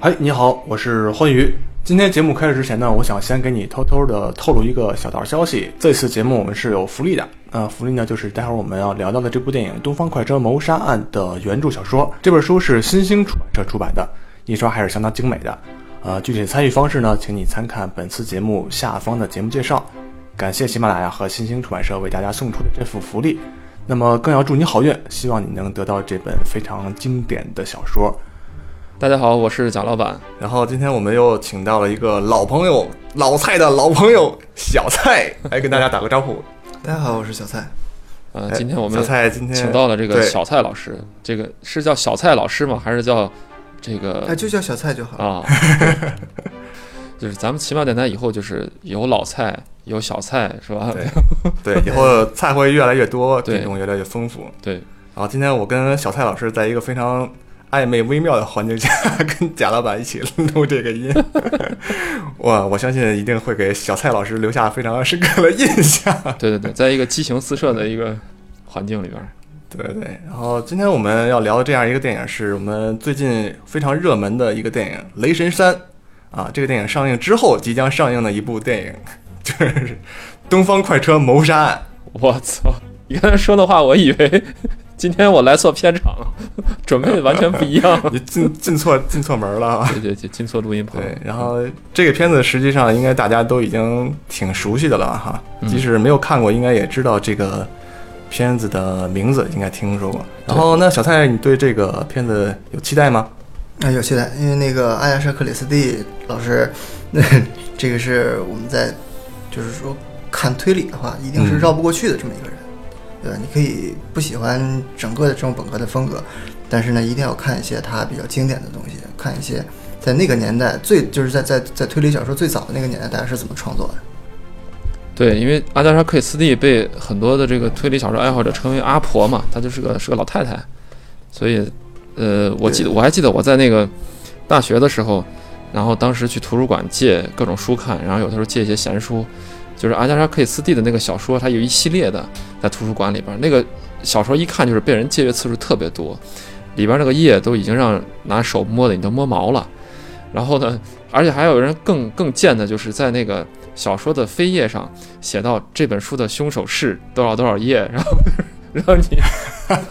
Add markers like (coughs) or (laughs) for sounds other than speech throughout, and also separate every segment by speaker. Speaker 1: 哎，你好，我是欢愉。今天节目开始之前呢，我想先给你偷偷的透露一个小道消息。这次节目我们是有福利的，呃，福利呢就是待会儿我们要聊到的这部电影《东方快车谋杀案》的原著小说。这本书是新兴出版社出版的，印刷还是相当精美的。呃，具体参与方式呢，请你参看本次节目下方的节目介绍。感谢喜马拉雅和新兴出版社为大家送出的这幅福利。那么更要祝你好运，希望你能得到这本非常经典的小说。
Speaker 2: 大家好，我是贾老板。
Speaker 3: 然后今天我们又请到了一个老朋友，老蔡的老朋友小蔡， (laughs) 来跟大家打个招呼。
Speaker 4: 大家好，我是小蔡。
Speaker 2: 呃，
Speaker 3: 哎
Speaker 2: 今天我们
Speaker 3: 小蔡今天
Speaker 2: 请到了这个
Speaker 3: 对
Speaker 2: 小蔡老师，这个是叫小蔡老师吗？还是叫这
Speaker 4: 哎，
Speaker 2: 个
Speaker 4: 就叫小蔡就好。
Speaker 3: (laughs)
Speaker 2: 啊？就是咱们奇妙电台以后就是有老蔡，有小蔡，是吧？
Speaker 3: 对对，以后
Speaker 4: 哎
Speaker 3: 菜会越来越多，
Speaker 2: 对
Speaker 3: 品种越来越丰富。
Speaker 2: 对
Speaker 3: 然后今天我跟小蔡老师在一个非常暧昧微妙的环境下， (laughs) 跟贾老板一起录这个音，哇，我相信一定会给小蔡老师留下非常深刻的印象。
Speaker 2: (laughs)
Speaker 3: (laughs)
Speaker 2: 对对对，在一个激情四射的一个环境里边儿，
Speaker 3: 对对，然后今天我们要聊的这样一个电影，是我们最近非常热门的一个电影《雷神三》啊。这个电影上映之后，即将上映的一部电影就是《东方快车谋杀案
Speaker 2: 我操！你刚才说的话，我以为今天我来错片场 (laughs) 了，准备的完全不一样。》，
Speaker 3: (laughs) 你进进错进错门了啊。
Speaker 2: 对对对，进错录音棚。
Speaker 3: 对，然后这个片子实际上应该大家都已经挺熟悉的了哈，即使没有看过，应该也知道这个片子的名字，应该听说过。然后那小蔡，你对这个片子有期待 (laughs) 吗？
Speaker 4: 啊，有期待，因为那个阿亚莎克里斯蒂老师， (laughs) 那这个是我们在就是说看推理的话，一定是绕不过去的这么一个人，对吧？你可以不喜欢整个的这种本科的风格，但是呢，一定要看一些他比较经典的东西，看一些在那个年代最就是在在在推理小说最早的那个年代，大家是怎么创作的。
Speaker 2: 对，因为阿加莎·克里斯蒂被很多的这个推理小说爱好者称为阿婆嘛，她就是个是个老太太，所以，呃，我记得我还记得我在那个大学的时候，然后当时去图书馆借各种书看，然后有的时候借一些闲书，就是阿加莎·克里斯蒂的那个小说，它有一系列的在图书馆里边，那个小说一看就是被人借阅次数特别多，里边那个页都已经让拿手摸的你都摸毛了，然后呢，而且还有人更更贱的，就是在那个小说的扉页上。写到这本书的凶手是多少多少页，然后 (laughs) 让你 (laughs)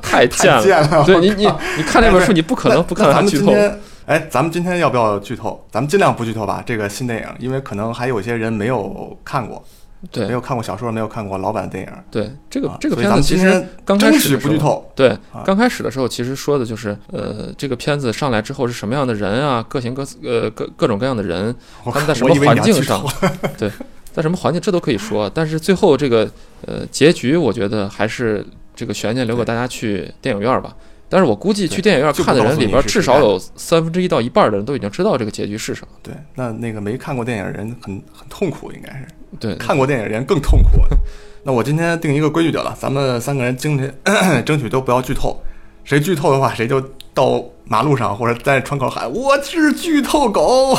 Speaker 2: 太贱了。
Speaker 3: 见了
Speaker 2: (laughs) 对你，你你看
Speaker 3: 哎
Speaker 2: 这本书，你不可能不看
Speaker 3: 咱
Speaker 2: 它
Speaker 3: 们
Speaker 2: 剧
Speaker 3: 今
Speaker 2: 透。
Speaker 3: 天，哎，咱们今天要不要剧透？咱们尽量不剧透吧。这个新电影，因为可能还有些人没有看过，没
Speaker 2: 对
Speaker 3: 有看过小说，没有看过老版的电影。
Speaker 2: 对，这个
Speaker 3: 啊
Speaker 2: 这个
Speaker 3: 所以
Speaker 2: 片
Speaker 3: 咱
Speaker 2: 子
Speaker 3: 们
Speaker 2: 其
Speaker 3: 今
Speaker 2: 实
Speaker 3: 天
Speaker 2: 刚开
Speaker 3: 争
Speaker 2: 始
Speaker 3: 取
Speaker 2: 的
Speaker 3: 不
Speaker 2: 时
Speaker 3: 剧
Speaker 2: 候
Speaker 3: (laughs) 透。
Speaker 2: 对
Speaker 3: 啊，
Speaker 2: 刚开始的时候其实说的就是，呃，这个片子上来之后是什么样的人啊，各型各呃各各种各样的人，
Speaker 3: 我
Speaker 2: 他们在什
Speaker 3: 我
Speaker 2: 么
Speaker 3: 以为你
Speaker 2: 环
Speaker 3: 要
Speaker 2: 境
Speaker 3: 剧
Speaker 2: 上
Speaker 3: 透， (laughs)
Speaker 2: 对，在什么环境这都可以说，但是最后这个呃结局，我觉得还是这个悬念留给大家去电影院吧。但是我估计去电影院
Speaker 3: 就不
Speaker 2: 看的
Speaker 3: 告
Speaker 2: 人
Speaker 3: 诉
Speaker 2: 里
Speaker 3: 你
Speaker 2: 边，
Speaker 3: 是
Speaker 2: 至
Speaker 3: 谁
Speaker 2: 少
Speaker 3: 干
Speaker 2: 有三分之一到一半的人都已经知道这个结局是什么。
Speaker 3: 对，那那个没看过电影人很很痛苦，应该是
Speaker 2: 对，
Speaker 3: 看过电影人更痛苦。 (laughs) 那我今天定一个规矩得了，咱们三个人争取 (coughs) 争取都不要剧透，谁剧透的话，谁就到马路上或者在窗口喊“我是剧透狗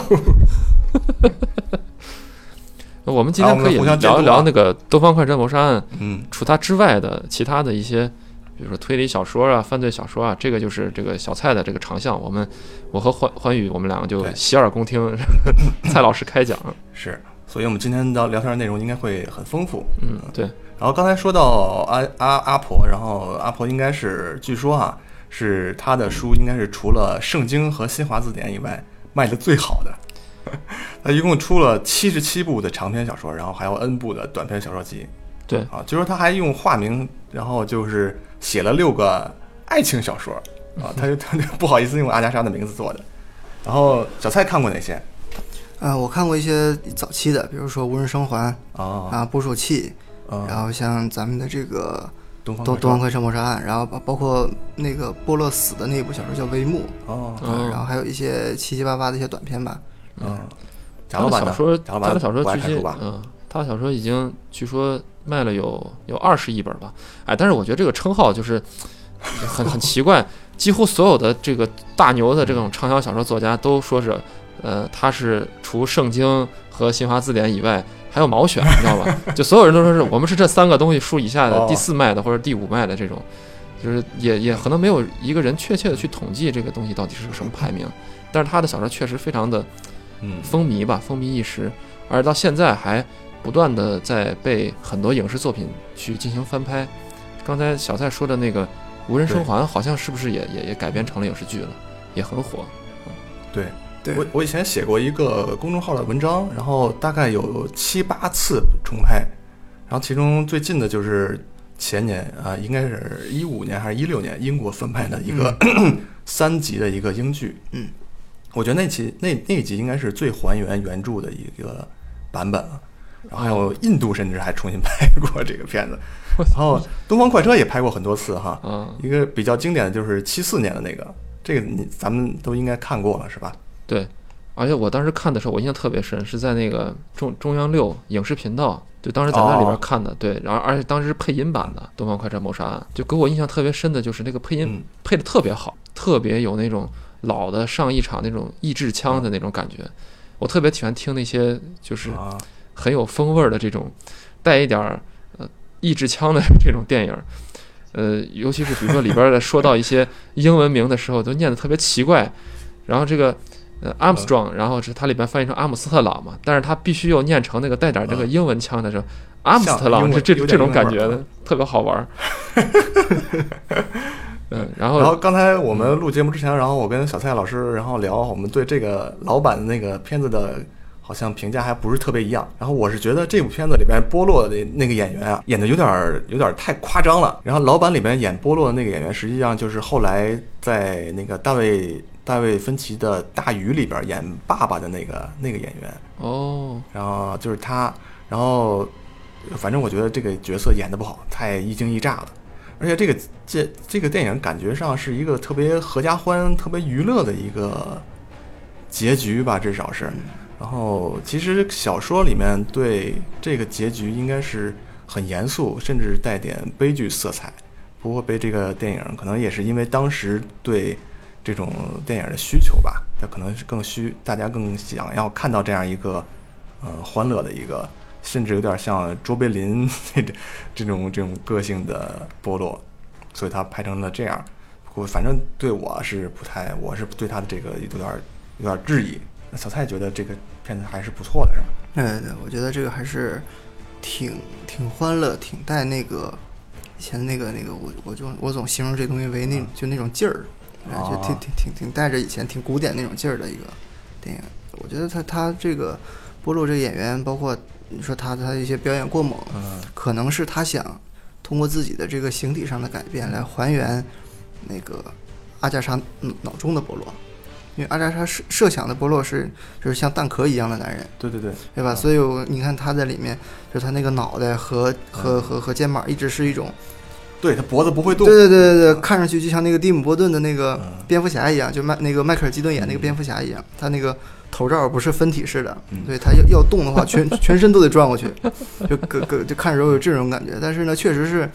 Speaker 2: 那我们今
Speaker 3: 啊
Speaker 2: 天
Speaker 3: 我
Speaker 2: 可
Speaker 3: 们
Speaker 2: 以
Speaker 3: 互相监
Speaker 2: 聊一
Speaker 3: 督
Speaker 2: 聊
Speaker 3: 啊
Speaker 2: 那个《东方快车谋杀案》。”。
Speaker 3: 嗯，
Speaker 2: 除它之外的其他的一些，比如说推理小说啊、犯罪小说啊，这个就是这个小蔡的这个长项。我们我和欢欢宇，我们两个就
Speaker 3: 对
Speaker 2: 洗耳恭听 (laughs) 蔡老师开讲。
Speaker 3: 是。所以，我们今天的聊天内容应该会很丰富。
Speaker 2: 嗯，对，
Speaker 3: 然后刚才说到阿阿阿婆，然后阿婆应该是据说啊，是她的书应该是除了圣经和新华字典以外卖的最好的。 (laughs) 她一共出了七十七部的长篇小说，然后还有 N 部的短篇小说集。
Speaker 2: 对
Speaker 3: 啊，据说她还用化名，然后就是写了六个爱情小说啊，她就 (laughs) 她就不好意思用阿加莎的名字做的。然后小蔡看过哪些？
Speaker 4: 啊，我看过一些早期的，比如说《无人生还》
Speaker 3: 啊，
Speaker 4: 啊，《捕啊鼠器》，
Speaker 3: 嗯
Speaker 4: 然后像咱们的这个
Speaker 3: 东方
Speaker 4: 东
Speaker 3: 快车
Speaker 4: 东方快车谋杀案，然后包包括那个波勒死的那部小说叫《帷幕》
Speaker 3: 哦，
Speaker 2: 哦
Speaker 4: 啊，然后还有一些七七八八的一些短篇吧。
Speaker 3: 嗯，贾
Speaker 2: 他
Speaker 3: 老
Speaker 2: 的
Speaker 3: 板
Speaker 2: 小
Speaker 3: 呢
Speaker 2: 说，
Speaker 3: 贾老
Speaker 2: 他
Speaker 3: 板
Speaker 2: 的小说
Speaker 3: 不爱
Speaker 2: 最
Speaker 3: 看
Speaker 2: 近
Speaker 3: 书吧，？
Speaker 2: 嗯，他的小说已经据说卖了有有二十亿本吧。哎，但是我觉得这个称号就是很很奇怪，几乎所有的这个大牛的这种畅销小说作家都说是，呃，他是除圣经和新华字典以外还有毛选， (laughs) 你知道吧？就所有人都说是我们是这三个东西数以下的
Speaker 3: 哦
Speaker 2: 第四卖的或者第五卖的这种，就是也也可能没有一个人确切的去统计这个东西到底是个什么排名，但是他的小说确实非常的
Speaker 3: 嗯
Speaker 2: 风靡吧，风靡一时，而到现在还不断的在被很多影视作品去进行翻拍。刚才小蔡说的那个《无人生还》，好像是不是也也也改编成了影视剧了，也很火。
Speaker 3: 对，
Speaker 4: 对
Speaker 3: 我我以前写过一个公众号的文章，然后大概有七八次重拍，然后其中最近的就是前年啊、应该是一五年还是一六年英国翻拍的一个、 (clears throat) 三集的一个英剧，
Speaker 4: 嗯，
Speaker 3: 我觉得那期那那一集应该是最还原原著的一个版本了。然后还有印度甚至还重新拍过这个片子，然后《东方快车》也拍过很多次哈，
Speaker 2: 啊，
Speaker 3: 一个比较经典的就是七四年的那个，这个你咱们都应该看过了是吧？
Speaker 2: 对，而且我当时看的时候，我印象特别深，是在那个中中央六影视频道，就当时在那里边看的。对，然后而且当时是配音版的《东方快车谋杀案》，就给我印象特别深的就是那个配音、
Speaker 3: 嗯
Speaker 2: 配的特别好，特别有那种老的上一场那种意志腔的那种感觉。我特别喜欢听那些就是
Speaker 3: 啊，
Speaker 2: 很有风味儿的这种，带一点儿呃意志腔的 (laughs) 这种电影儿，呃，尤其是比如说里边儿的说到一些英文名的时候，都念得特别奇怪，然后这个呃 Armstrong，然后是它里边翻译成阿姆斯特朗嘛，但是它必须又念成那个带点儿这个
Speaker 3: 嗯
Speaker 2: 英文腔的时候，阿姆斯特
Speaker 3: 像英
Speaker 2: 朗
Speaker 3: 文
Speaker 2: 是这
Speaker 3: 有点
Speaker 2: 这种
Speaker 3: 英文
Speaker 2: 感
Speaker 3: 味儿
Speaker 2: 觉的，特别好
Speaker 3: (laughs)
Speaker 2: 玩儿。嗯，然
Speaker 3: 然
Speaker 2: 后
Speaker 3: 后刚才我们录节目之前，然后我跟小蔡老师，然后聊我们对这个老版的那个片子的，好像评价还不是特别一样。然后我是觉得这部片子里边波洛的那个演员啊，演的有点儿有点儿太夸张了。然后老版里边演波洛的那个演员，实际上就是后来在那个大卫大卫芬奇的《大鱼》里边演爸爸的那个那个演员。
Speaker 2: 哦，
Speaker 3: 然后就是他，然后反正我觉得这个角色演的不好，太一惊一乍的。而且这个这这个电影感觉上是一个特别合家欢、特别娱乐的一个结局吧，至少是。然后其实小说里面对这个结局应该是很严肃，甚至带点悲剧色彩。不过被这个电影可能也是因为当时对这种电影的需求吧，它可能是更需大家更想要看到这样一个呃欢乐的一个，甚至有点像卓别林 (laughs) 这种这种这种个性的波洛，所以他拍成了这样。我反正对我是不太，我是对他的这个有点有点质疑。那小蔡觉得这个片子还是不错的，是吧？
Speaker 4: 对对，对，我觉得这个还是挺挺欢乐，挺带那个以前那个那个，我我就我总形容这东西为那就那种劲儿，嗯啊，就挺
Speaker 3: 哦
Speaker 4: 挺挺挺带着以前挺古典那种劲儿的一个电影。我觉得他他这个波洛这个演员，包括你说他他的一些表演过猛，
Speaker 3: 嗯
Speaker 4: 可能是他想通过自己的这个形体上的改变来还原那个阿加莎嗯脑中的波洛，因为阿加莎设设想的波洛是就是像蛋壳一样的男人。
Speaker 3: 对对对，
Speaker 4: 对吧？
Speaker 3: 嗯
Speaker 4: 所以我你看他在里面，就是他那个脑袋和和和和肩膀一直是一种，
Speaker 3: 对他脖子不会动
Speaker 4: 对，对对对对，看上去就像那个蒂姆·波顿的那个
Speaker 3: 嗯
Speaker 4: 蝙蝠侠一样，就迈那个迈克尔·基顿演那个蝙蝠侠一样，他那个头罩不是分体式的，
Speaker 3: 嗯
Speaker 4: 所以他要要动的话，全全身都得转过去，就各各就看着有这种感觉。但是呢，确实是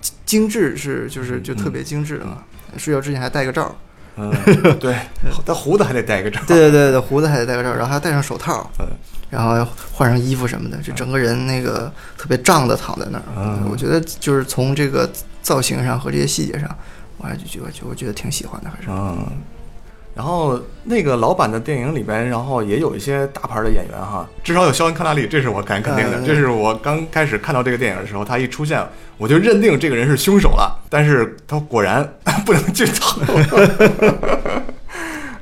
Speaker 4: 精精致是就是就特别精致啊。睡觉之前还戴个罩，
Speaker 3: 嗯，对，他胡子还得戴个罩，
Speaker 4: 对对对对，胡子还得戴个罩，然后还戴上手套，
Speaker 3: 嗯，
Speaker 4: 然后换上衣服什么的，就整个人那个特别胀的躺在那儿。
Speaker 3: 嗯
Speaker 4: 我觉得就是从这个造型上和这些细节上，我还就觉得就我觉得挺喜欢的，还是
Speaker 3: 嗯，然后那个老版的电影里边，然后也有一些大牌的演员哈，至少有肖恩·康纳利，这是我敢肯定的。
Speaker 4: 嗯
Speaker 3: 这是我刚开始看到这个电影的时候，他一出现，我就认定这个人是凶手了。但是他果然 (laughs) 不能剧透。 (laughs)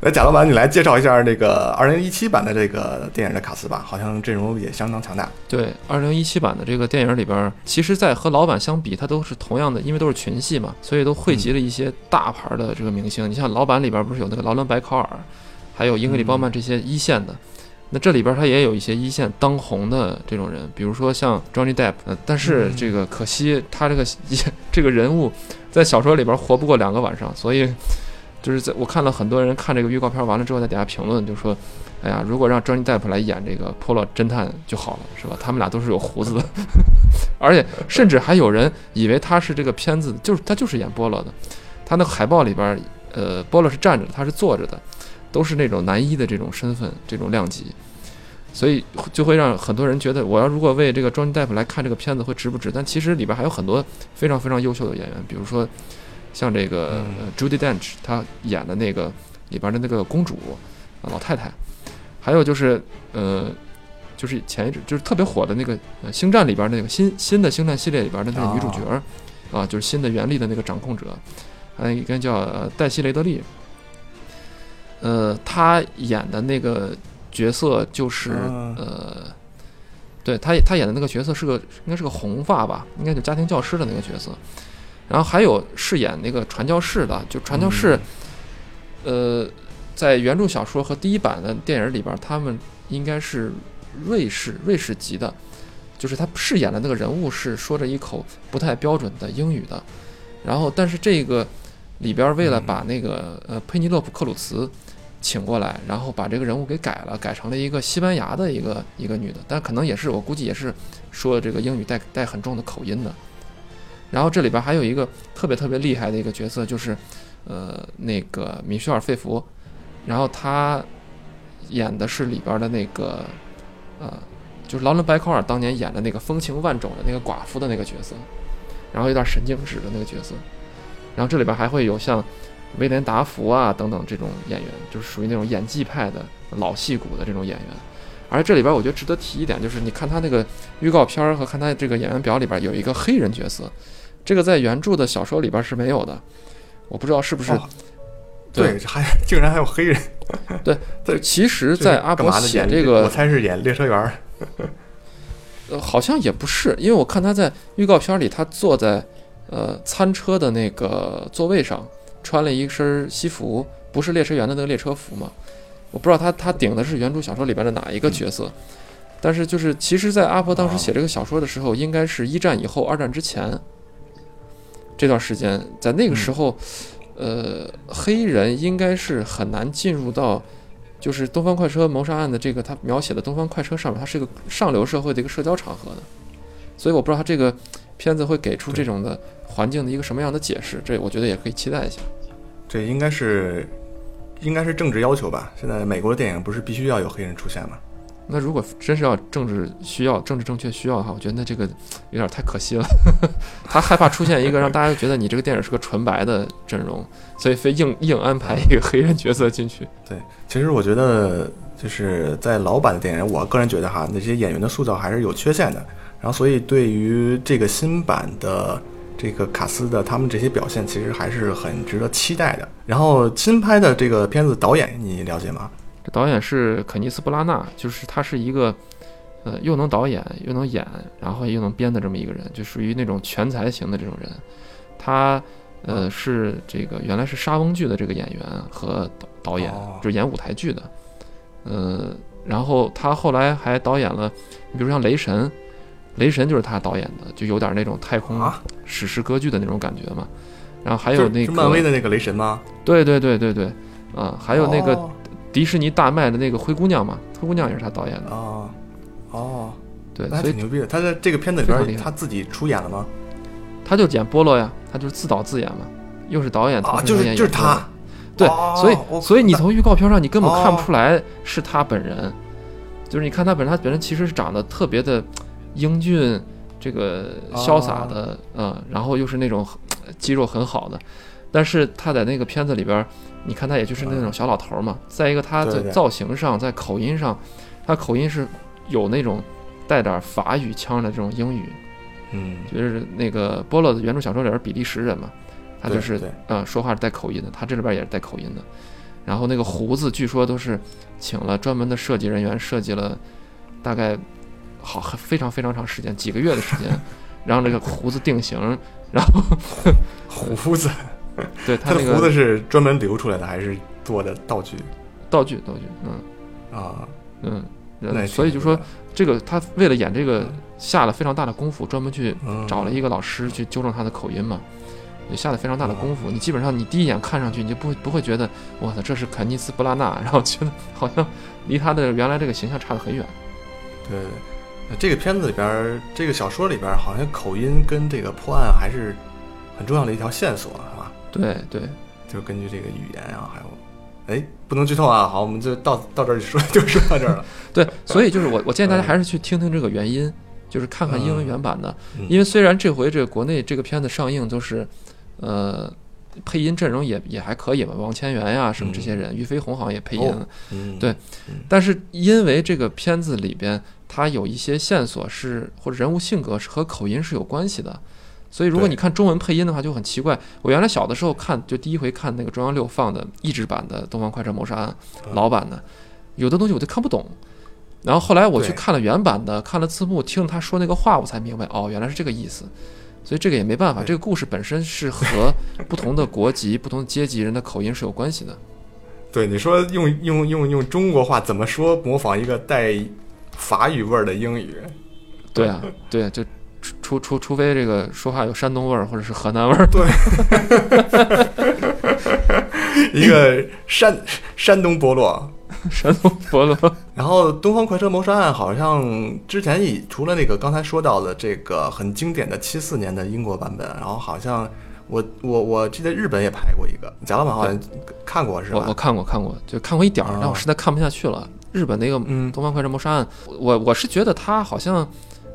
Speaker 3: 来，贾老板，你来介绍一下这个二零一七版的这个电影的卡斯吧，好像阵容也相当强大。
Speaker 2: 对，二零一七版的这个电影里边儿，其实，在和老版相比，它都是同样的，因为都是群戏嘛，所以都汇集了一些大牌儿的这个明星。你像老版里边儿不是有那个劳伦·白考尔，还有英格里鲍曼这些一线的，那这里边儿它也有一些一线当红的这种人，比如说像 Johnny Depp，、呃、但是这个可惜他这个这个人物在小说里边儿活不过两个晚上，所以就是在我看了很多人看这个预告片完了之后，在底下评论就说。哎呀，如果让 Johnny Depp 来演这个 Polo 侦探就好了，是吧？他们俩都是有胡子的， (laughs) 而且甚至还有人以为他是这个片子，就是他就是演 Polo 的。他那个海报里边儿，呃，Polo 是站着的，他是坐着的，都是那种男一的这种身份、这种量级，所以就会让很多人觉得，我要如果为这个 Johnny Depp 来看这个片子会值不值？但其实里边还有很多非常非常优秀的演员，比如说像这个
Speaker 3: 嗯
Speaker 2: 呃 Judy Dench 她演的那个里边的那个公主啊老太太，还有就是呃就是前一阵就是特别火的那个呃星战里边那个新新的星战系列里边的那个女主角儿啊，就是新的原力的那个掌控者，还应该叫呃黛西雷德利，呃，她演的那个角色就是
Speaker 3: 嗯
Speaker 2: 呃。对她，她演的那个角色是个，应该是个红发吧，应该就家庭教师的那个角色。然后还有饰演那个传教士的，就传教士，呃，在原著小说和第一版的电影里边，他们应该是瑞士瑞士籍的，就是他饰演的那个人物是说着一口不太标准的英语的，然后但是这个里边为了把那个呃佩尼洛普克鲁茨请过来，然后把这个人物给改了，改成了一个西班牙的一个一个女的，但可能也是我估计也是说这个英语带带很重的口音的。然后这里边还有一个特别特别厉害的一个角色，就是呃那个米歇尔·费弗，然后他演的是里边的那个呃，就是劳伦·白考尔当年演的那个风情万种的那个寡妇的那个角色，然后有点神经质的那个角色，然后这里边还会有像威廉·达福啊等等这种演员，就是属于那种演技派的老戏骨的这种演员。而这里边我觉得值得提一点，就是你看他那个预告片儿和看他这个演员表里边有一个黑人角色，这个在原著的小说里边是没有的，我不知道是不是
Speaker 3: 哦对，还竟然还有黑人，
Speaker 2: 对，其实，
Speaker 3: 这是
Speaker 2: 在阿
Speaker 3: 干
Speaker 2: 伯
Speaker 3: 嘛的
Speaker 2: 写
Speaker 3: 演
Speaker 2: 这
Speaker 3: 我
Speaker 2: 个，
Speaker 3: 猜是演列车员儿。
Speaker 2: 呃，好像也不是，因为我看他在预告片里，他坐在呃餐车的那个座位上，穿了一身西服，不是列车员的那个列车服嘛。我不知道他他顶的是原著小说里边的哪一个角色，但是就是其实，在阿婆当时写这个小说的时候，应该是一战以后、二战之前这段时间，在那个时候，呃，黑人应该是很难进入到。就是《东方快车谋杀案》的这个，他描写的东方快车上面，它是一个上流社会的一个社交场合的，所以我不知道他这个片子会给出这种的环境的一个什么样的解释，这我觉得也可以期待一下。
Speaker 3: 这应该是应该是政治要求吧？现在美国的电影不是必须要有黑人出现吗？
Speaker 2: 那如果真是要政治需要、政治正确需要的话，我觉得那这个有点太可惜了。 (laughs) 他害怕出现一个让大家觉得你这个电影是个纯白的阵容，所以非硬硬安排一个黑人角色进去。
Speaker 3: 其实我觉得就是在老版的电影，我个人觉得哈，那些演员的塑造还是有缺陷的。然后，所以对于这个新版的这个卡斯的他们这些表现，其实还是很值得期待的。然后新拍的这个片子导演你了解吗？
Speaker 2: 这导演是肯尼斯·布拉纳，就是他是一个，呃，又能导演又能演，然后又能编的这么一个人，就属于那种全才型的这种人。他，呃，是这个原来是沙翁剧的这个演员和导导演
Speaker 3: 哦，
Speaker 2: 就是演舞台剧的，呃，然后他后来还导演了，你比如像《雷神》，《雷神》就是他导演的，就有点那种太空
Speaker 3: 啊，
Speaker 2: 史诗歌剧的那种感觉嘛。然嗯后还
Speaker 3: 还
Speaker 2: 有那
Speaker 3: 是
Speaker 2: 个，
Speaker 3: 漫威的那个雷神吗？
Speaker 2: 对对对对对，啊，还有那个
Speaker 3: 哦
Speaker 2: 迪士尼大卖的那个灰姑娘嘛，灰姑娘也是他导演的，
Speaker 3: 哦哦，
Speaker 2: 对，
Speaker 3: 那还
Speaker 2: 所
Speaker 3: 挺
Speaker 2: 以
Speaker 3: 牛逼的。他在这个片子里
Speaker 2: 非常厉
Speaker 3: 边
Speaker 2: 害
Speaker 3: 他自己出演了吗？
Speaker 2: 他就演波洛呀，他就是自导自演嘛，又是导演，同
Speaker 3: 啊，
Speaker 2: 时
Speaker 3: 就
Speaker 2: 还
Speaker 3: 是
Speaker 2: 演
Speaker 3: 就是
Speaker 2: 演波洛
Speaker 3: 他，
Speaker 2: 对，
Speaker 3: 哦
Speaker 2: 所
Speaker 3: 我
Speaker 2: 以所以你
Speaker 3: 那
Speaker 2: 从预告片上你根本看不
Speaker 3: 哦
Speaker 2: 出来是他本人，就是你看他本人，他本人其实是长得特别的英俊，这个潇洒的，
Speaker 3: 哦
Speaker 2: 嗯，然后又是那种呃肌肉很好的，但是他在那个片子里边儿，你看他也就是那种小老头儿嘛。再一个，他
Speaker 3: 对
Speaker 2: 在
Speaker 3: 对
Speaker 2: 造型上，在口音上，他口音是有那种带点儿法语腔的这种英语，
Speaker 3: 嗯，
Speaker 2: 就是那个波洛的原著小说里边比利时人嘛，他就
Speaker 3: 对
Speaker 2: 是
Speaker 3: 对
Speaker 2: 呃说话是带口音的，他这里边也是带口音的。然后那个胡子据说都是请了专门的设计人员设计了，大概好很非常非常长时间，几个月的时间，让这个胡子定型。然后 (laughs)
Speaker 3: 胡子，
Speaker 2: 对
Speaker 3: 他
Speaker 2: 呃他
Speaker 3: 的
Speaker 2: 那
Speaker 3: 胡子
Speaker 2: 个
Speaker 3: 是专门留出来的，还是做的道具
Speaker 2: 道具道具，嗯
Speaker 3: 啊？
Speaker 2: 嗯
Speaker 3: 那也
Speaker 2: 嗯，所以
Speaker 3: 挺
Speaker 2: 就
Speaker 3: 牛
Speaker 2: 说
Speaker 3: 逼的
Speaker 2: 这个他为了演这个
Speaker 3: 嗯
Speaker 2: 下了非常大的功夫，专门去
Speaker 3: 嗯
Speaker 2: 找了一个老师去纠正他的口音嘛，也下了非常大的功夫。你基本上你第一眼看上去，你就不会不会觉得我操这是肯尼斯布拉纳，然后觉得 (laughs) 好像离他的原来这个形象差得很远。
Speaker 3: 对对对。呃这个片子里边儿，这个小说里边儿，好像口音跟这个破案还是很重要的一条线索，是吧？
Speaker 2: 对对，
Speaker 3: 就是根据这个语言啊，还有，哎，不能剧透啊。好，我们就到到这里说， (laughs) 就说到这儿了。
Speaker 2: 对，所以就是我我建议大家还是去听听这个原因，就是看看英文原版的
Speaker 3: 嗯，
Speaker 2: 因为虽然这回这个国内这个片子上映都是，呃，配音阵容也也还可以嘛，王千源呀什么这些人，俞飞鸿好像也配音了。
Speaker 3: 嗯，
Speaker 2: 对但是因为这个片子里边它有一些线索是或者人物性格是和口音是有关系的，所以如果
Speaker 3: 对
Speaker 2: 你看中文配音的话就很奇怪。我原来小的时候看，就第一回看那个中央六放的译制版的《东方快车谋杀案》
Speaker 3: 嗯
Speaker 2: 老版的，有的东西我就看不懂。然后后来我去
Speaker 3: 对
Speaker 2: 看了原版的，看了字幕，听他说那个话，我才明白哦，原来是这个意思。所以这个也没办法，
Speaker 3: 对
Speaker 2: 这个故事本身是和不同的国籍、 (laughs) 不同阶级人的口音是有关系的。
Speaker 3: 对，你说用用用用中国话怎么说模仿一个带法语味儿的英
Speaker 2: (laughs)
Speaker 3: 语？
Speaker 2: 对啊，对啊，就除除除除非这个说话有山东味儿或者是河南味儿，
Speaker 3: 一个山山东伯乐。
Speaker 2: 山东 (laughs) 佛罗，
Speaker 3: 然后《东方快车谋杀案》好像之前已除了那个刚才说到的这个很经典的七四年的英国版本，然后好像我我我记得日本也拍过一个，贾老板好像看过是
Speaker 2: 我我
Speaker 3: 吧？
Speaker 2: 看过看过，就看过一点儿
Speaker 3: 啊，
Speaker 2: 但我实在看不下去了。日本那个
Speaker 3: 嗯
Speaker 2: 《东方快车谋杀案》，我我是觉得他好像，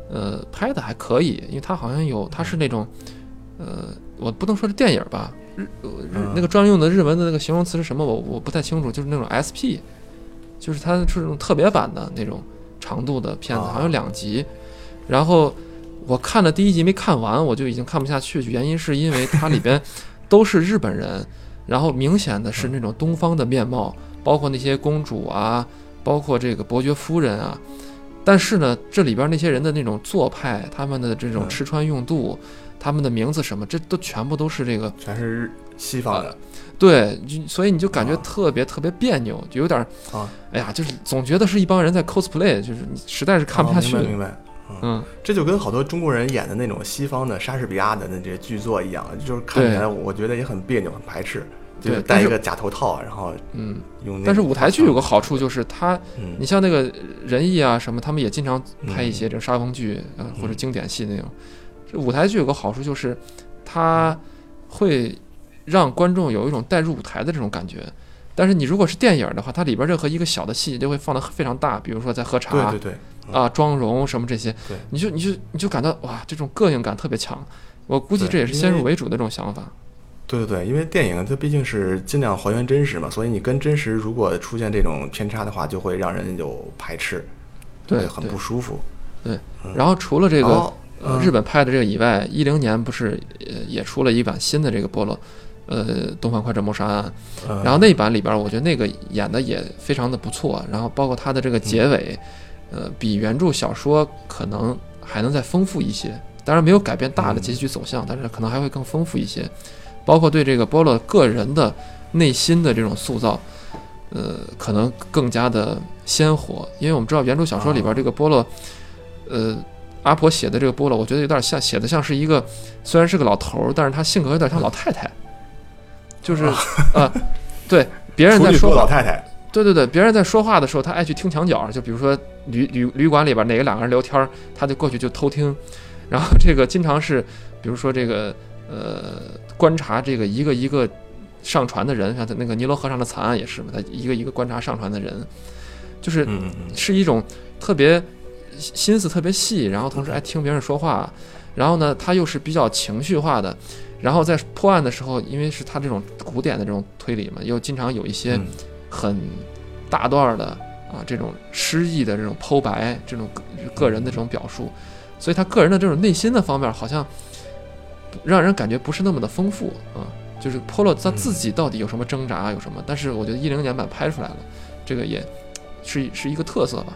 Speaker 2: 呃，拍的还可以，因为他好像有他是那种，呃，我不能说是电影吧，日呃日
Speaker 3: 嗯
Speaker 2: 那个专用的日文的那个形容词是什么，我我不太清楚，就是那种 SP，就是它是那种特别版的那种长度的片子，
Speaker 3: 啊
Speaker 2: 好像有两集。然后我看了第一集没看完，我就已经看不下去，原因是因为它里边 (laughs) 都是日本人，然后明显的是
Speaker 3: 嗯
Speaker 2: 那种东方的面貌，包括那些公主啊，包括这个伯爵夫人啊。但是呢，这里边那些人的那种做派，他们的这种
Speaker 3: 嗯
Speaker 2: 吃穿用度，他们的名字什么，这都全部都是这个
Speaker 3: 全是日西方
Speaker 2: 呃
Speaker 3: 的，
Speaker 2: 对，就所以你就感觉
Speaker 3: 啊
Speaker 2: 特别特别别扭，就有点儿
Speaker 3: 啊，
Speaker 2: 哎呀，就是总觉得是一帮人在 cosplay，就是你实在是看不下去
Speaker 3: 哦。明白明白，
Speaker 2: 嗯，
Speaker 3: 这就跟好多中国人演的那种西方的莎士比亚的那些剧作一样，就是看起来我觉得也很别扭、很排斥，就
Speaker 2: 对
Speaker 3: 是
Speaker 2: 但
Speaker 3: 戴
Speaker 2: 是
Speaker 3: 一个假头套，然后
Speaker 2: 嗯，
Speaker 3: 用那个。
Speaker 2: 但是舞台剧有个好处就是它，
Speaker 3: 嗯
Speaker 2: 你像那个仁义啊什么，他们也经常拍一
Speaker 3: 嗯
Speaker 2: 些这种沙翁剧啊、呃或者经典戏那种。这舞台剧有个好处就是，它会让观众有一种带入舞台的这种感觉。但是你如果是电影儿的话，它里边任何一个小的细节都会放得非常大，比如说在喝茶，
Speaker 3: 对对对，嗯
Speaker 2: 啊、妆容什么这些
Speaker 3: 对，
Speaker 2: 你就你就你就感到哇，这种膈应感特别强。我估计
Speaker 3: 对
Speaker 2: 这也是先
Speaker 3: 因为
Speaker 2: 入为主的这种想法。
Speaker 3: 对对对，因为电影它毕竟是尽量还原真实嘛，所以你跟真实如果出现这种偏差的话，就会让人有排斥，
Speaker 2: 对
Speaker 3: 会，很不舒服。
Speaker 2: 对然后除了这
Speaker 3: 嗯然
Speaker 2: 个
Speaker 3: 后
Speaker 2: 呃
Speaker 3: 嗯
Speaker 2: 日本拍的这个以外，一零年不是呃也出了一版新的这个波罗，呃《东方快车谋杀案》，
Speaker 3: 嗯
Speaker 2: 然后那版里边，我觉得那个演的也非常的不错，然后包括它的这个结尾，呃，比原著小说可能还能再丰富一些。当然没有改变大的结局走向，但是可能还会更丰富一些，包括对这个波洛个人的内心的这种塑造，呃，可能更加的鲜活。因为我们知道原著小说里边这个波洛，呃，阿婆写的这个波洛，我觉得有点像写的像是一个虽然是个老头儿，但是他性格有点像老太太，就是啊、对别人
Speaker 3: 处
Speaker 2: 在
Speaker 3: 女
Speaker 2: 说
Speaker 3: 座老
Speaker 2: 话，
Speaker 3: 太太，
Speaker 2: 对对对，别人在说话的时候，他爱去听墙角，就比如说旅旅旅馆里边哪个两个人聊天儿，他就过去就偷听，然后这个经常是，比如说这个呃观察这个一个一个上船的人，像他那个尼罗河上的惨案也是嘛，他一个一个观察上船的人，就是
Speaker 3: 嗯嗯嗯，
Speaker 2: 是一种特别心思特别细，然后同时爱听别人说话，然后呢，他又是比较情绪化的，然后在破案的时候，因为是他这种古典的这种推理嘛，又经常有一些
Speaker 3: 嗯
Speaker 2: 很大段儿的啊这种诗意的这种剖白，这种个个人的这种表述，所以他个人的这种内心的方面好像让人感觉不是那么的丰富啊。就是 Polo 他自己到底有什么挣扎，有什么？但是我觉得一零年版拍出来了，这个也是是一个特色吧。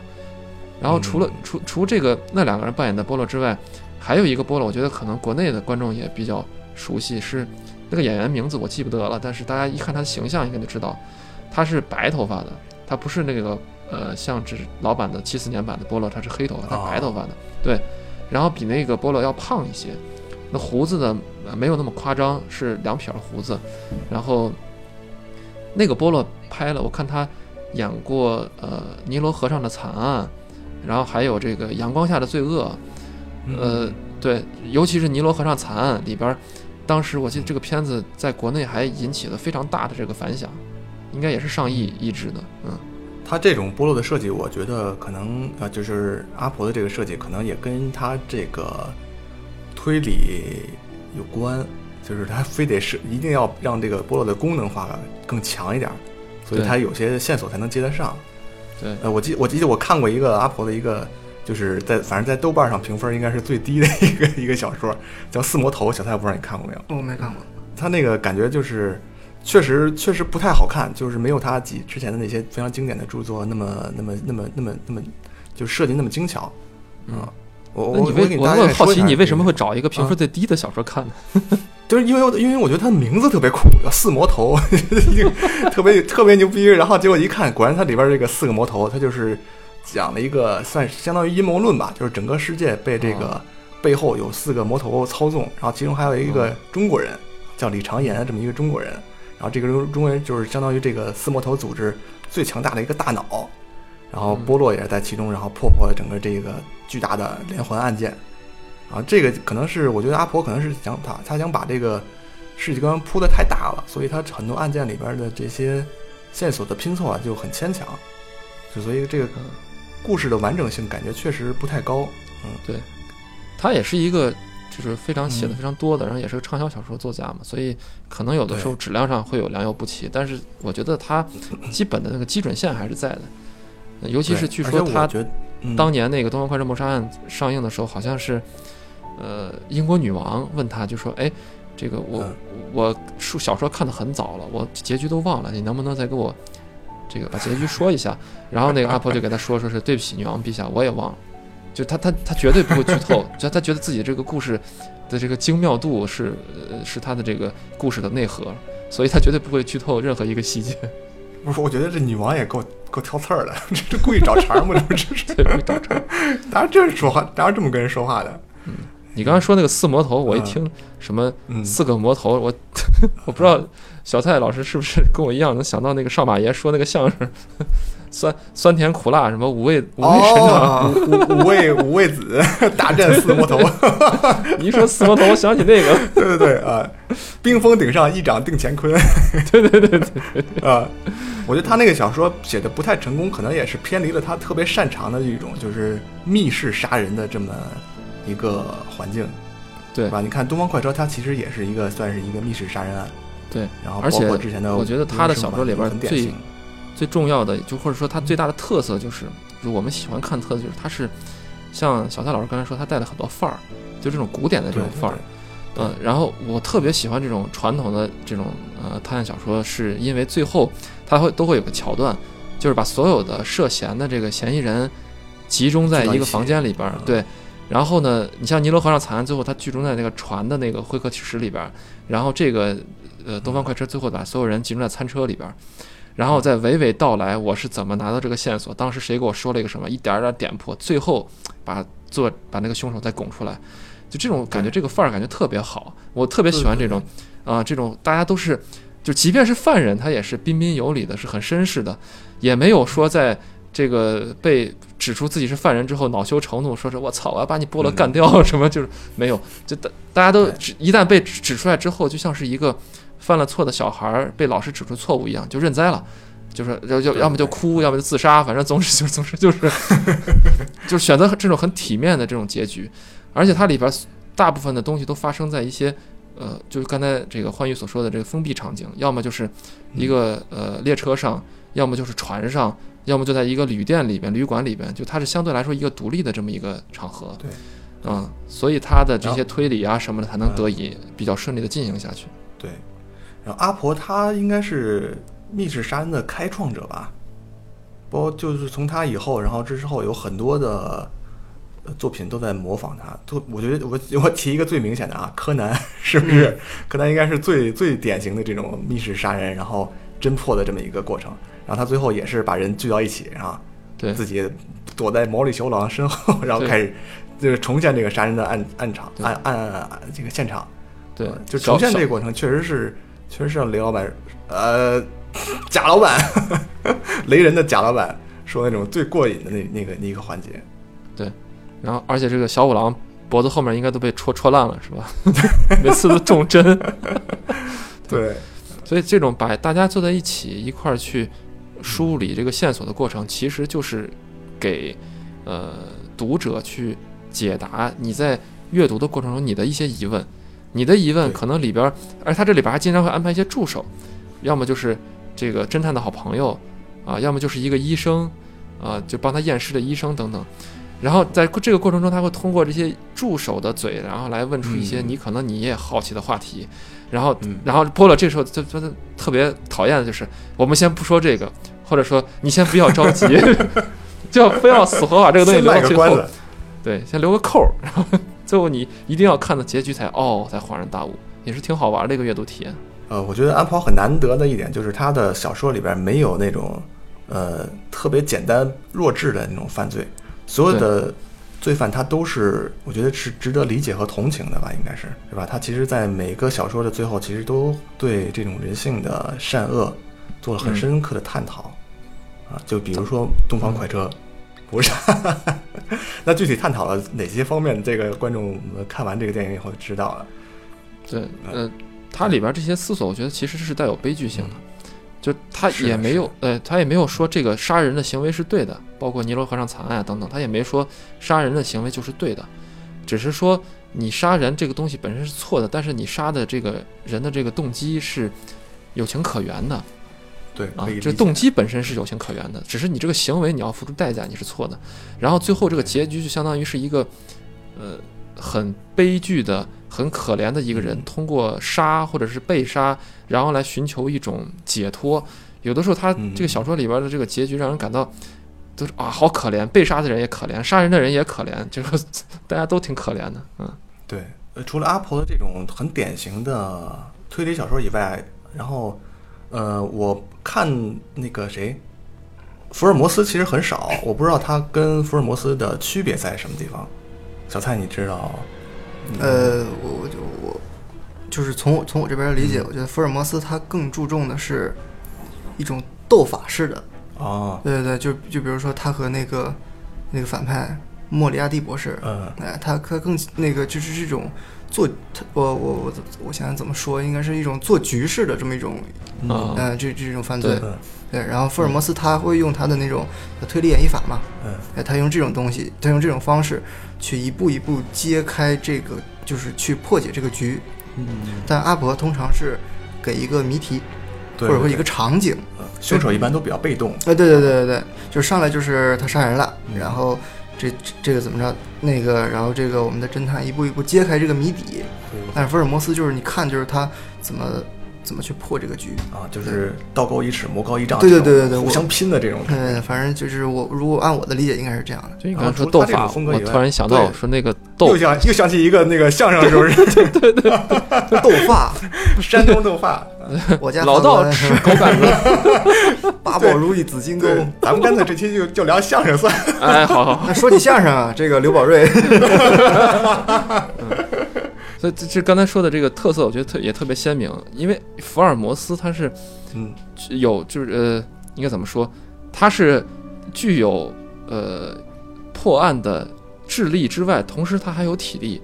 Speaker 2: 然后除了、
Speaker 3: 嗯
Speaker 2: 除除这个那两个人扮演的波洛之外，还有一个波洛，我觉得可能国内的观众也比较熟悉，是那个演员名字我记不得了，但是大家一看他的形象应该就知道，他是白头发的，他不是那个呃像只老版的七四年版的波洛，他是黑头发，他
Speaker 3: 哦
Speaker 2: 白头发的，对，然后比那个波洛要胖一些，那胡子呢呃没有那么夸张，是两撇儿胡子，然后那个波洛拍了，我看他演过呃《尼罗河上的惨案》，然后还有这个《阳光下的罪恶》，
Speaker 3: 嗯
Speaker 2: 呃，对，尤其是《尼罗河上惨案》里边儿，当时我记得这个片子在国内还引起了非常大的这个反响，应该也是上亿一制的，嗯，
Speaker 3: 它这种波洛的设计，我觉得可能呃，就是阿婆的这个设计，可能也跟它这个推理有关。就是他非得是一定要让这个波洛的功能化更强一点儿，所以
Speaker 2: 对
Speaker 3: 他有些线索才能接得上。
Speaker 2: 对
Speaker 3: 呃，我记我记得我看过一个阿婆的一个，就是在反正在豆瓣上评分应该是最低的一个一个小说，叫《四魔头》，小蔡我不知道你看过没有？
Speaker 4: 我没看过。
Speaker 3: 他那个感觉就是，确实确实不太好看，就是没有他几之前的那些非常经典的著作那么那么那么那么那么就设计那么精巧。
Speaker 2: 嗯，
Speaker 3: 啊我
Speaker 2: 那
Speaker 3: 我
Speaker 2: 你
Speaker 3: 我给
Speaker 2: 为
Speaker 3: 你
Speaker 2: 我
Speaker 3: 大概
Speaker 2: 很好
Speaker 3: 说一
Speaker 2: 奇，
Speaker 3: 下
Speaker 2: 你
Speaker 3: 这
Speaker 2: 为什
Speaker 3: 个啊
Speaker 2: 么会找一个评分最低的小说看呢？
Speaker 3: 就是因为我因为我觉得他的名字特别酷，叫四魔头， (laughs) 一定特别特别牛逼。然后结果一看，果然它里边这个四个魔头，它就是讲了一个算是相当于阴谋论吧，就是整个世界被这个背后有四个魔头操纵，然后其中还有一个中国人叫李长岩，这么一个中国人。然后这个中中国人就是相当于这个四魔头组织最强大的一个大脑，然后波洛也是在其中，然后破获了整个这个巨大的连环案件。啊，这个可能是我觉得阿婆可能是想他他想把这个世界观铺的太大了，所以他很多案件里边的这些线索的拼凑啊就很牵强，就所以这个故事的完整性感觉确实不太高。
Speaker 2: 他也是一个就是非常写的
Speaker 3: 嗯
Speaker 2: 非常多的，然后也是个畅销小说作家嘛，所以可能有的时候质量上会有良莠不齐，但是我觉得他基本的那个基准线还是在的，呃尤其是
Speaker 3: 对
Speaker 2: 据
Speaker 3: 而
Speaker 2: 说
Speaker 3: 且我
Speaker 2: 他
Speaker 3: 觉得、嗯
Speaker 2: 当年那个《东方快车谋杀案》上映的时候，好像是，呃，英国女王问他就说：“哎，这个我、
Speaker 3: 嗯
Speaker 2: 我书小说看的很早了，我结局都忘了，你能不能再给我这个把结局说一下？”然后那个阿婆就给他说：“说是对不起，女王陛下，我也忘了。”就他他他绝对不会剧透，就他觉得自己这个故事的这个精妙度是呃是他的这个故事的内核，所以他绝对不会剧透任何一个细节，
Speaker 3: (laughs) 不是，我觉得这女王也够够挑刺儿的， (laughs) 这这故意找茬儿吗？这不是，
Speaker 2: (laughs) 对，会导
Speaker 3: (laughs)
Speaker 2: 致
Speaker 3: 哪有这样说话，哪有这么跟人说话的？
Speaker 2: 你刚才说那个四魔头，我一
Speaker 3: 嗯
Speaker 2: 听什么
Speaker 3: 嗯
Speaker 2: 四个魔头，我 (laughs) 我不知道小蔡老师是不是跟我一样能想到那个少马爷说那个相声，酸酸甜苦辣什么五味五味陈肠。
Speaker 3: 哦，五五味五味子 (laughs) 大战四魔
Speaker 2: (laughs)
Speaker 3: 头，
Speaker 2: 你一说四魔头，我想起
Speaker 3: (laughs)
Speaker 2: 那个，
Speaker 3: 对对对啊，冰封顶上一掌定乾坤。
Speaker 2: (laughs) 对对对对，
Speaker 3: 啊，我觉得他那个小说写的不太成功，可能也是偏离了他特别擅长的一种，就是密室杀人的这么一个环境，
Speaker 2: 对
Speaker 3: 是吧？你看《东方快车》，它其实也是一个算是一个密室杀人案，
Speaker 2: 对，
Speaker 3: 然后
Speaker 2: 而
Speaker 3: 包
Speaker 2: 且
Speaker 3: 括之前的，
Speaker 2: 我觉得他的小说里边
Speaker 3: 很典
Speaker 2: 最
Speaker 3: 型，
Speaker 2: 最重要的，就或者说它最大的特色就是，就我们喜欢看特色就是它是像小蔡老师刚才说，他带了很多范儿，就这种古典的这
Speaker 3: 对
Speaker 2: 种范儿。
Speaker 3: 对
Speaker 2: 嗯，然后我特别喜欢这种传统的这种呃探案小说，是因为最后它会都会有个桥段，就是把所有的涉嫌的这个嫌疑人集中在
Speaker 3: 聚到一
Speaker 2: 一个
Speaker 3: 起
Speaker 2: 房间里边儿
Speaker 3: 嗯，
Speaker 2: 对。然后呢，你像尼罗河上惨案，最后它聚中在那个船的那个会客室里边儿，然后这个呃东方快车最后把所有人集中在餐车里边儿，然后再娓娓道来我是怎么拿到这个线索，当时谁给我说了一个什么，一点儿一点儿点破，最后把做把那个凶手再拱出来，就这种感觉，这个范儿感觉特别好，我特别喜欢这种，啊、这种大家都是，就即便是犯人，他也是彬彬有礼的，是很绅士的，也没有说在这个被指出自己是犯人之后恼羞成怒，说是我操，我要把你剥了
Speaker 3: 嗯
Speaker 2: 干掉什么，就是没有，就大大家都
Speaker 3: 对
Speaker 2: 指一旦被指指出来之后，就像是一个犯了错的小孩儿被老师指出错误一样，就认栽了。就是要要要么就哭，要么就自杀，反正总是 (laughs) 就是总是就是 (laughs) 就是选择这种很体面的这种结局，而且它里边大部分的东西都发生在一些呃，就是刚才这个欢愉所说的这个封闭场景，要么就是一个呃列车上，要么就是船上，要么就在一个旅店里边、旅馆里边，就它是相对来说一个独立的这么一个场合。
Speaker 3: 对，
Speaker 2: 嗯，所以它的这
Speaker 3: 然
Speaker 2: 些推理啊什么的才能
Speaker 3: 嗯
Speaker 2: 得以比较顺利的进行下去。
Speaker 3: 对。然后阿婆她应该是密室杀人的开创者吧，包括就是从她以后，然后之后有很多的。呃作品都在模仿他，都我觉得我我提一个最明显的啊，柯南是不
Speaker 2: 嗯
Speaker 3: 是？柯南应该是最最典型的这种密室杀人，然后侦破的这么一个过程。然后他最后也是把人聚到一起，然后
Speaker 2: 对
Speaker 3: 自己躲在毛利小五郎身后， (laughs) 然后
Speaker 2: 对
Speaker 3: 开始就是重现这个杀人的暗暗场
Speaker 2: 对
Speaker 3: 暗暗暗暗这个现场。
Speaker 2: 对
Speaker 3: 呃，就
Speaker 2: 小
Speaker 3: 重现
Speaker 2: 小
Speaker 3: 这个过程，确实是确实是让雷老板呃贾老板 (laughs) 雷人的贾老板说那种最过瘾的那那个那个环节。
Speaker 2: 然后，而且这个小五郎脖子后面应该都被戳戳烂了，是吧？ (laughs) 每次都中针，
Speaker 3: 对，
Speaker 2: 所以这种把大家坐在一起一块儿去梳理这个线索的过程，其实就是给呃读者去解答你在阅读的过程中你的一些疑问。你的疑问可能里边，而他这里边还经常会安排一些助手，要么就是这个侦探的好朋友啊，要么就是一个医生啊，就帮他验尸的医生等等。然后在这个过程中，他会通过这些助手的嘴，然后来问出一些
Speaker 3: 嗯
Speaker 2: 你可能你也好奇的话题。然后
Speaker 3: 嗯，
Speaker 2: 然后波乐这时候就觉得特别讨厌的就是，我们先不说这个，或者说你先不要着
Speaker 3: (laughs)
Speaker 2: 急，就非要死活把这个东西
Speaker 3: 先
Speaker 2: 留
Speaker 3: 卖
Speaker 2: 到
Speaker 3: 个
Speaker 2: 最
Speaker 3: 关
Speaker 2: 后
Speaker 3: 子。，
Speaker 2: 对，先留个扣儿，然后最后你一定要看到结局才哦，才恍然大悟，也是挺好玩的一个阅读体验。
Speaker 3: 呃，我觉得安跑很难得的一点就是他的小说里边没有那种呃特别简单弱智的那种犯罪，所有的罪犯他都是我觉得是值得理解和同情的吧，应该是是吧？他其实，在每个小说的最后，其实都对这种人性的善恶做了很
Speaker 2: 嗯
Speaker 3: 深刻的探讨、啊。就比如说《东方快
Speaker 2: 嗯
Speaker 3: 车》不是， (laughs) 那具体探讨了哪些方面？这个观众呃看完这个电影以后就知道了。
Speaker 2: 对，
Speaker 3: 嗯
Speaker 2: 呃，它里边这些思索，我觉得其实是带有悲剧性的，就他
Speaker 3: 嗯是的
Speaker 2: 也没
Speaker 3: 是
Speaker 2: 有，呃，他也没有说这个杀人的行为是对的，包括尼罗河上惨案啊等等，他也没说杀人的行为就是对的，只是说你杀人这个东西本身是错的，但是你杀的这个人的这个动机是有情可原的，
Speaker 3: 对，
Speaker 2: 啊
Speaker 3: 可以，理
Speaker 2: 这
Speaker 3: 解。
Speaker 2: 动机本身是有情可原的，只是你这个行为你要付出代价，你是错的。然后最后这个结局就相当于是一个，呃，很悲剧的、很可怜的一个
Speaker 3: 嗯
Speaker 2: 人，通过杀或者是被杀，然后来寻求一种解脱。有的时候他
Speaker 3: 嗯
Speaker 2: 这个小说里边的这个结局让人感到，都是啊，好可怜，被杀的人也可怜，杀人的人也可怜，就是 (laughs) 大家都挺可怜的，嗯。
Speaker 3: 对，呃，除了阿婆的这种很典型的推理小说以外，然后，呃，我看那个谁，福尔摩斯其实很少，我不知道它跟福尔摩斯的区别在什么地方。小蔡，你知道？
Speaker 4: 呃，我我就我就是从我从我这边理解，我觉得福尔摩斯他更注重的是一种斗法式的，
Speaker 3: 哦，
Speaker 4: 对对对，就就比如说他和那个那个反派莫里亚蒂博士，
Speaker 3: 嗯
Speaker 4: 哎，他他更那个就是这种做，他我我我我想想怎么说，应该是一种做局势的这么一种，
Speaker 2: 啊
Speaker 4: 呃，这这种犯罪，
Speaker 3: 嗯
Speaker 4: 对，然后福尔摩斯他会用他的那种推理演绎法嘛，
Speaker 3: 嗯
Speaker 4: 哎，他用这种东西，他用这种方式去一步一步揭开这个，就是去破解这个局。
Speaker 3: 嗯，
Speaker 4: 但阿婆通常是给一个谜题，
Speaker 3: 对，
Speaker 4: 或者说
Speaker 3: 对
Speaker 4: 一个场景。
Speaker 3: 呃凶手一般都比较被动。
Speaker 4: 哎，对对对对对，就是上来就是他杀人了，
Speaker 3: 嗯
Speaker 4: 然后这这这个怎么着，那个，然后这个我们的侦探一步一步揭开这个谜底。但是福尔摩斯就是你看就是他怎么怎么去破这个局。
Speaker 3: 啊，就是道高一尺，魔高一丈，
Speaker 4: 对对
Speaker 3: 这种
Speaker 4: 对对对
Speaker 3: 互
Speaker 4: 我
Speaker 3: 相拼的这种感觉。
Speaker 4: 嗯，反正就是我如果按我的理解应该是这样
Speaker 3: (laughs)
Speaker 4: 的。
Speaker 2: 就你
Speaker 3: 然
Speaker 2: 刚才
Speaker 3: 后
Speaker 2: 说
Speaker 3: 除
Speaker 2: 斗
Speaker 3: 了他这
Speaker 2: 法，
Speaker 3: 种风格
Speaker 2: 我
Speaker 3: 以
Speaker 2: 突
Speaker 3: 外
Speaker 2: 然想到
Speaker 3: 对
Speaker 2: 说那个斗
Speaker 3: 又想又想起一个那个相声，是不
Speaker 4: (laughs)
Speaker 3: 是？
Speaker 4: 斗法，
Speaker 3: 山东斗法，
Speaker 4: 我家
Speaker 2: 老
Speaker 4: 房
Speaker 2: 道
Speaker 4: 子
Speaker 2: 吃狗
Speaker 3: (laughs)
Speaker 2: 杆子，
Speaker 4: (laughs) 八宝如意紫金钩。
Speaker 3: 对，咱们干脆这期就就聊相声算了。
Speaker 2: 哎，好好好。
Speaker 4: 那说起相声
Speaker 2: (laughs)
Speaker 4: 啊，这个刘宝瑞，
Speaker 2: 所以这这刚才说的这个特色，我觉得特也特别鲜明，因为福尔摩斯他是
Speaker 3: 嗯，
Speaker 2: 有就是呃，应该怎么说？他是具有呃破案的智力之外，同时他还有体力，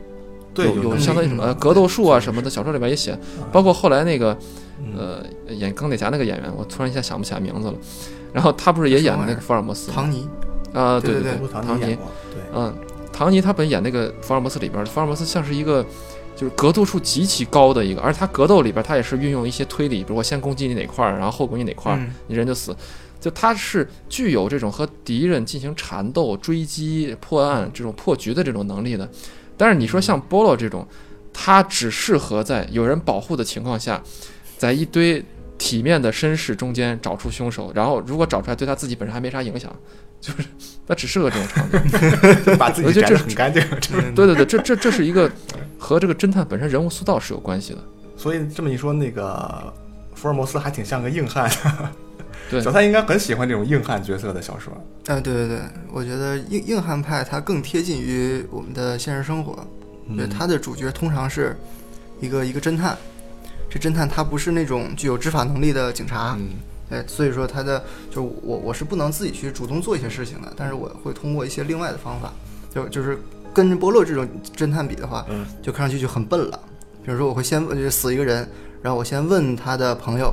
Speaker 3: 对，
Speaker 2: 有
Speaker 3: 能
Speaker 2: 有
Speaker 3: 力
Speaker 2: 相当于什么呃格斗术啊什么的，小说里面也写，包括后来那个
Speaker 3: 嗯
Speaker 2: 呃演钢铁侠那个演员，我突然一下想不起来名字了。然后他不是也演了那个福尔摩斯吗？
Speaker 4: 唐尼，
Speaker 2: 啊，
Speaker 4: 对
Speaker 2: 对
Speaker 4: 对
Speaker 3: 我
Speaker 2: 对，
Speaker 3: 唐
Speaker 2: 唐
Speaker 3: 尼
Speaker 2: 尼
Speaker 3: 演，过， (laughs) 对，
Speaker 2: 嗯，唐尼他本演那个福尔摩斯里边，福尔摩斯像是一个就是格斗术极其高的一个，而他格斗里边他也是运用一些推理，比如我先攻击你哪块儿，然后后攻击哪块儿，
Speaker 4: 嗯
Speaker 2: 你人就死。就他是具有这种和敌人进行缠斗、追击、破案这种破局的这种能力的。但是你说像波洛这种，他只适合在有人保护的情况下，在一堆体面的绅士中间找出凶手，然后如果找出来，对他自己本身还没啥影响，就是他只适合这种场景。
Speaker 3: 把自
Speaker 2: 我
Speaker 3: 己
Speaker 2: 觉
Speaker 3: 摘
Speaker 2: 得这
Speaker 3: 得很干净，真的。
Speaker 2: 对对对，这这这是一个和这个侦探本身人物塑造是有关系的。
Speaker 3: 所以这么一说，那个福尔摩斯还挺像个硬汉，(laughs)
Speaker 2: 对
Speaker 3: 小，蔡应该很喜欢这种硬汉角色的小说。
Speaker 4: 啊，对对对，我觉得硬硬汉派它更贴近于我们的现实生活，
Speaker 2: 嗯
Speaker 4: 对，它的主角通常是一个一个侦探，这侦探他不是那种具有执法能力的警察，
Speaker 3: 嗯，
Speaker 4: 对，哎所以说他的就我我是不能自己去主动做一些事情的，但是我会通过一些另外的方法，就就是跟波洛这种侦探比的话，
Speaker 3: 嗯
Speaker 4: 就看上去就很笨了。比如说我会先问就是死一个人，然后我先问他的朋友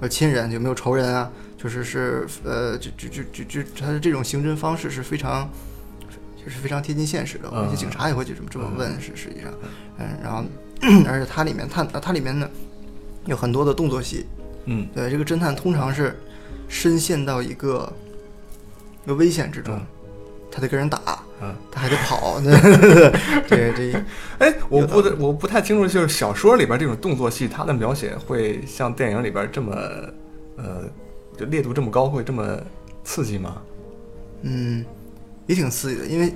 Speaker 4: 或者亲人有没有仇人啊，就是是呃这这这这这他的这种刑侦方式是非常。就是非常贴近现实的，我们一些
Speaker 3: 嗯
Speaker 4: 警察也会去这么这么问，是实际上，嗯，然后而且它里面探它里面呢有很多的动作戏，
Speaker 3: 嗯
Speaker 4: 对，这个侦探通常是深陷到一个一个危险之中，
Speaker 3: 嗯
Speaker 4: 他得跟人打，
Speaker 3: 嗯
Speaker 4: 他还得跑， (laughs) 对这这
Speaker 3: 哎，我
Speaker 4: 有
Speaker 3: 不
Speaker 4: 道理
Speaker 3: 我不太清楚，就是小说里边这种动作戏，它的描写会像电影里边这么，呃，就烈度这么高，会这么刺激吗？
Speaker 4: 嗯也挺刺激的，因为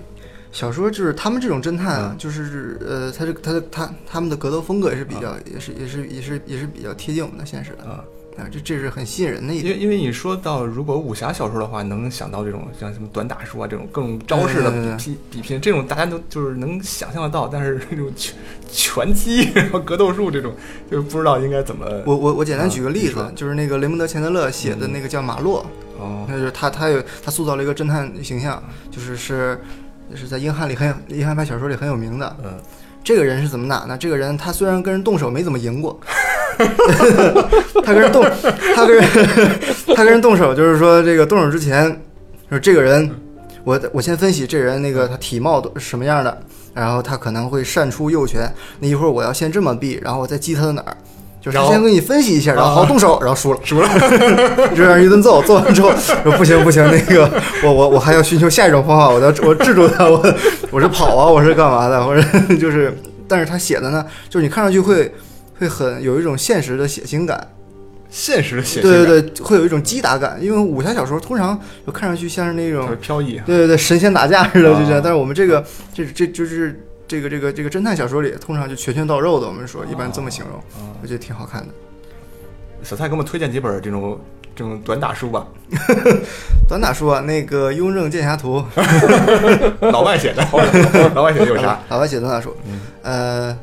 Speaker 4: 小说就是他们这种侦探啊，
Speaker 3: 嗯
Speaker 4: 就是呃，他这他的他他们的格斗风格也是
Speaker 3: 嗯
Speaker 4: 比较、也是也是也是也是比较贴近我们的现实的
Speaker 3: 啊，
Speaker 4: 啊，这这是很吸引人的一
Speaker 3: 因为
Speaker 4: 点。
Speaker 3: 因为你说到如果武侠小说的话，能想到这种像什么短打术啊，这种各种招式的
Speaker 4: 对对
Speaker 3: 比
Speaker 4: 对
Speaker 3: 拼比拼，这种大家都就是能想象得到，但是这种拳拳击然后格斗术这种，就不知道应该怎么
Speaker 4: 我我我简单
Speaker 3: 啊
Speaker 4: 举个
Speaker 3: 你
Speaker 4: 例子，
Speaker 3: 说嗯
Speaker 4: 就是那个雷蒙德·钱德勒写的那个叫《马洛》，
Speaker 3: 哦
Speaker 4: 那就是他，他有他塑造了一个侦探形象，就是是，就是在英汉里很有英汉派小说里很有名的。
Speaker 3: 嗯，
Speaker 4: 这个人是怎么打呢？这个人他虽然跟人动手没怎么赢过， (laughs) 他跟人动，他跟人 (laughs) 他跟人动手，就是说这个动手之前，就是这个人，我我先分析这人那个他体貌都是什么样的，然后他可能会善出右拳，那一会儿我要先这么避，然后我再击他的哪儿。就是他
Speaker 3: 然后
Speaker 4: 先跟你分析一下，然后好
Speaker 3: 啊
Speaker 4: 动手，然后输了。
Speaker 3: 输了，
Speaker 4: 就让人一顿揍，揍完之后说不行不行，那个我我我还要寻求下一种方法，我要我制住他，我我是跑啊，我是干嘛的，或者就是，但是他写的呢，就是你看上去会会很有一种现实的血腥感，
Speaker 3: (laughs) 现实的写
Speaker 4: 对对对，会有一种击打感，因为武侠小说通常就看上去像是那种
Speaker 3: 特别飘逸，
Speaker 4: 对对对神仙打架似的，就这样，
Speaker 3: 啊
Speaker 4: 但是我们这个这这就是这个这个这个侦探小说里通常就拳拳到肉的，我们说一般这么形容，我觉得挺好看的。
Speaker 3: 小蔡给我们推荐几本这种这种短打书吧，
Speaker 4: 短打说啊，那个《雍正剑侠图》。
Speaker 3: 老外
Speaker 4: (laughs)
Speaker 3: 写的，老外写的有啥？
Speaker 4: 老外写的那书，呃，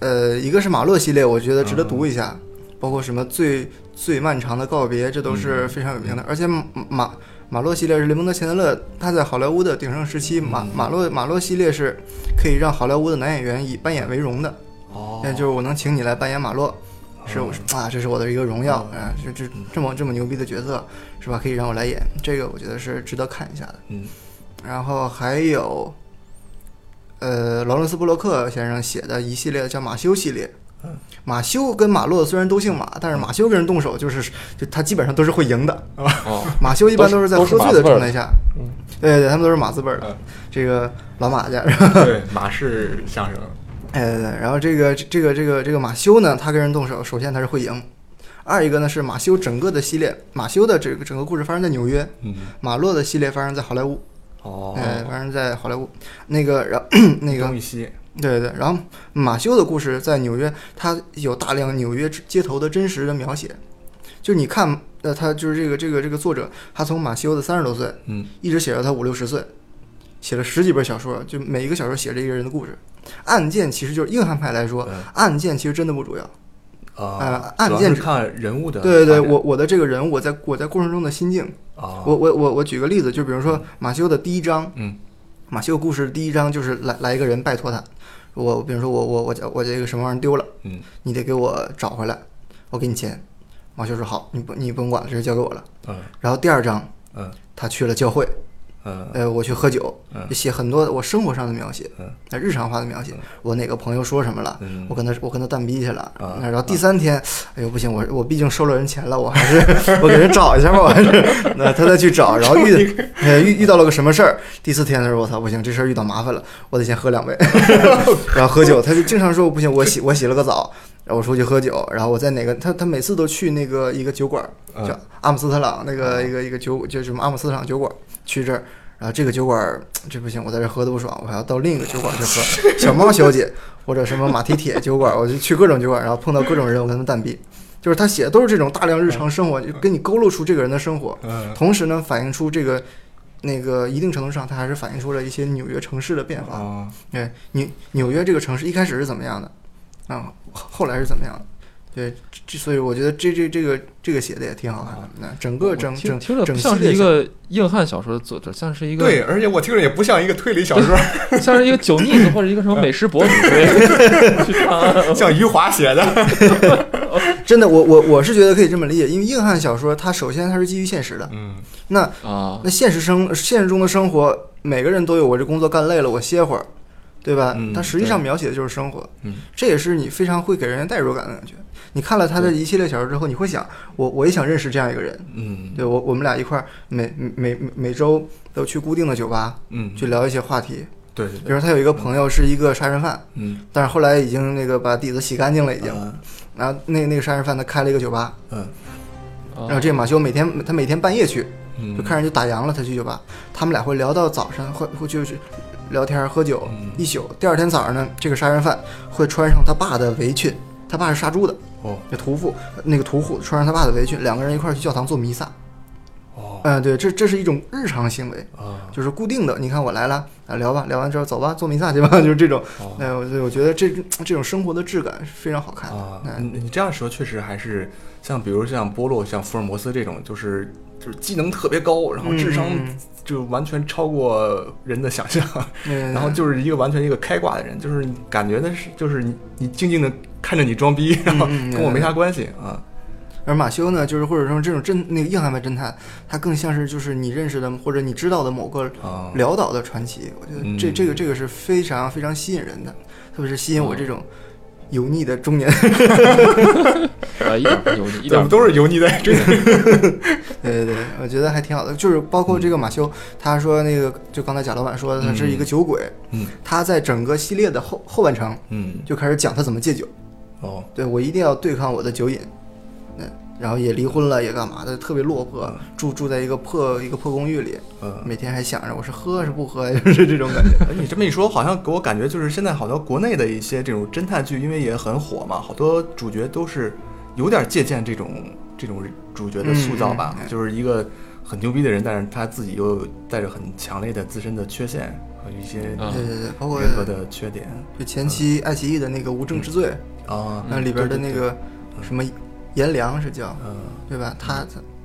Speaker 4: 呃，一个是马洛系列，我觉得值得读一下，包括什么最最漫长的告别，这都是非常有名的。而且马马马洛系列是雷蒙德·钱德勒他在好莱坞的鼎盛时期，马马洛马洛系列是可以让好莱坞的男演员以扮演为荣的。
Speaker 3: 哦
Speaker 4: 那就是我能请你来扮演马洛，是我啊，这是我的一个荣耀啊，这这这么这么牛逼的角色是吧？可以让我来演，这个我觉得是值得看一下的。
Speaker 3: 嗯，
Speaker 4: 然后还有，呃，劳伦斯·布洛克先生写的一系列叫马修系列。
Speaker 2: 嗯
Speaker 4: 马修跟马洛虽然都姓马，但是马修跟人动手就是就他基本上都是会赢的。
Speaker 2: 哦，
Speaker 4: 马修一般都是在喝醉的状态下，
Speaker 2: 嗯
Speaker 4: 对对对，他们都是马字辈儿
Speaker 3: 嗯
Speaker 4: 的，这个老马家。 (laughs)
Speaker 3: 对，马氏相声，
Speaker 4: 哎，对对，然后这个这个这个这个马修呢，他跟人动手，首先他是会赢。二一个呢是马修整个的系列，马修的这个整个故事发生在纽约，
Speaker 3: 嗯，
Speaker 4: 马洛的系列发生在好莱坞，
Speaker 3: 哦
Speaker 4: 哎，发生在好莱坞。那个，然后那个
Speaker 3: 张，雨绮，
Speaker 4: 对对对，然后马修的故事在纽约，他有大量纽约街头的真实的描写，就是你看，呃，他就是这个这个这个作者，他从马修的三十多岁，
Speaker 3: 嗯，
Speaker 4: 一直写到他五六十岁，写了十几本小说，就每一个小说写着一个人的故事。案件其实就是硬汉派来说，
Speaker 3: 嗯
Speaker 4: 案件其实真的不主要。
Speaker 3: 啊，
Speaker 4: 按
Speaker 3: 主要
Speaker 4: 键
Speaker 3: 是看人物的发展，
Speaker 4: 对对对，我我的这个人，我在我在过程中的心境，
Speaker 3: 啊，
Speaker 4: 我我我我举个例子，就比如说马修的第一章，
Speaker 3: 嗯，
Speaker 4: 马修故事第一章就是来来一个人拜托他，我比如说我我我这我这个什么玩意儿丢了，
Speaker 3: 嗯，
Speaker 4: 你得给我找回来，我给你钱。马修说好，你不你不用管了，这事交给我了。
Speaker 3: 嗯
Speaker 4: 然后第二章
Speaker 3: 嗯
Speaker 4: 他去了教会，
Speaker 3: 嗯
Speaker 4: 呃，我去喝酒，
Speaker 3: 嗯
Speaker 4: 写很多我生活上的描写，
Speaker 3: 嗯
Speaker 4: 那日常化的描写，我哪个朋友说什么了，
Speaker 3: 嗯
Speaker 4: 我跟他我跟他蛋逼去了，
Speaker 3: 啊
Speaker 4: 那然后第三天，哎呦不行，我我毕竟收了人钱了，我还是我给人找一下吧，我还是
Speaker 3: (laughs)
Speaker 4: 那他再去找，然后遇呃遇遇到了个什么事儿，第四天的时候我操不行，这事儿遇到麻烦了，我得先
Speaker 3: (laughs)
Speaker 4: 喝两杯，然后喝酒，他就经常说不行，我洗我洗了个澡。然后我出去喝酒，然后我在哪个他他每次都去那个一个酒馆，
Speaker 3: 嗯
Speaker 4: 叫阿姆斯特朗那个一个一个酒就什么阿姆斯特朗酒馆，去这儿，然后这个酒馆儿这不行，我在这儿喝的不爽，我还要到另一个酒馆去喝。小猫小姐或者什么马蹄铁酒馆，我就去各种酒馆，然后碰到各种人，我跟他们蛋逼。就是他写的都是这种大量日常生活，就给你勾勒出这个人的生活，
Speaker 3: 嗯
Speaker 4: 同时呢，反映出这个那个一定程度上，他还是反映出了一些纽约城市的变化。
Speaker 3: 啊，
Speaker 4: 对，纽纽约这个城市一开始是怎么样的，啊，后后来是怎么样的？对，这所以我觉得这这这个这个写的也挺好看的。那整个整
Speaker 2: 啊听
Speaker 4: 整
Speaker 2: 听着不
Speaker 4: 整
Speaker 2: 像
Speaker 4: 系
Speaker 2: 是
Speaker 4: 列
Speaker 2: 一
Speaker 4: 下
Speaker 2: 个硬汉小说的作者，像是一个
Speaker 3: 对，而且我听着也不像一个推理小 (laughs) 说，
Speaker 2: 像是一个酒腻子或者一个什么美食博主之类的去看啊。
Speaker 3: 像余华写的，
Speaker 4: 真的，我我我是觉得可以这么理解，因为硬汉小说它首先它是基于现实的，
Speaker 3: 嗯 (laughs)
Speaker 4: 那
Speaker 2: 啊
Speaker 4: 那现实生现实中的生活，每个人都有我这工作干累了，我歇会儿，对吧？
Speaker 3: 嗯
Speaker 4: 它实际上
Speaker 3: 对
Speaker 4: 描写的就是生活，
Speaker 3: 嗯
Speaker 4: 这也是你非常会给人代入感的感觉。你看了他的一系列小说之后，你会想，我我也想认识这样一个人。
Speaker 3: 嗯
Speaker 4: 对我，我们俩一块儿每每每每周都去固定的酒吧
Speaker 3: 嗯，
Speaker 4: 去聊一些话题。
Speaker 3: 对对
Speaker 4: 比
Speaker 3: 对，
Speaker 4: 如说他有一个朋友是一个杀人犯，
Speaker 3: 嗯
Speaker 4: 但是后来已经那个把底子洗干净了，已经。
Speaker 3: 嗯
Speaker 4: 然后那那个杀人犯他开了一个酒吧，
Speaker 3: 嗯
Speaker 2: 啊
Speaker 4: 然后这马修每天他每天半夜去，
Speaker 3: 嗯，
Speaker 4: 就看人就打烊了，他去酒吧，他们俩会聊到早上，会会就是聊天喝酒
Speaker 3: 嗯
Speaker 4: 一宿。第二天早上呢，这个杀人犯会穿上他爸的围裙，他爸是杀猪的，
Speaker 3: 哦
Speaker 4: 那屠夫呃那个屠户穿上他爸的围裙，两个人一块儿去教堂做弥撒。
Speaker 3: 哦
Speaker 4: 嗯、对，这这是一种日常行为，
Speaker 3: 啊
Speaker 4: 就是固定的。你看我来了啊，聊吧，聊完之后走吧，做弥撒去吧， (laughs) 就是这种。
Speaker 3: 哦
Speaker 4: 哎、我我觉得这这种生活的质感是非常好看的。
Speaker 3: 啊
Speaker 4: 哎，
Speaker 3: 你你这样说确实还是像比如像波洛、像福尔摩斯这种，就是就是技能特别高，然后智商
Speaker 4: 嗯
Speaker 3: 就完全超过人的想象，
Speaker 4: 嗯
Speaker 3: 然后就是一个完全一个开挂的人，就是你感觉的是就是你你静静的看着你装逼，然后
Speaker 4: 嗯嗯
Speaker 3: 跟我没啥关系啊。
Speaker 4: 而马修呢，就是或者说这种侦那个硬汉派侦探，他更像是就是你认识的或者你知道的某个
Speaker 3: 啊
Speaker 4: 潦倒的传奇。我觉得这
Speaker 3: 嗯
Speaker 4: 这个这个是非常非常吸引人的，特别是吸引我这种油腻的中年。 (laughs)
Speaker 2: 啊，一点儿有一
Speaker 3: 对
Speaker 2: 点
Speaker 3: 我
Speaker 2: 儿
Speaker 3: 们都是油腻在追，
Speaker 4: 对对对，我觉得还挺好的。就是包括这个马修，他说那个就刚才贾老板说的，他是一个酒鬼，
Speaker 3: 嗯
Speaker 4: 他在整个系列的后后半程
Speaker 3: (laughs) 嗯
Speaker 4: 就开始讲他怎么戒酒。
Speaker 3: 哦
Speaker 4: 对我一定要对抗我的酒瘾，嗯，然后也离婚了，也干嘛的，特别落魄，住住在一个破一个破公寓里，
Speaker 3: 嗯
Speaker 4: 每天还想着我是喝是不喝， (laughs) 就是这种感觉。
Speaker 3: 哎你这么一说，好像给我感觉就是现在好多国内的一些这种侦探剧，因为也很火嘛，好多主角都是有点借鉴这种这种主角的塑造吧，
Speaker 4: 嗯嗯
Speaker 3: 就是一个很牛逼的人，但是他自己又有带着很强烈的自身的缺陷和一些
Speaker 2: 啊
Speaker 4: 对对对，包括
Speaker 3: 人格的缺点
Speaker 4: 就前期爱奇艺的那个《无证之罪》，
Speaker 3: 啊，
Speaker 4: 那里边的那
Speaker 3: 对对对
Speaker 4: 个什么颜良是叫
Speaker 3: 嗯
Speaker 4: 对吧？他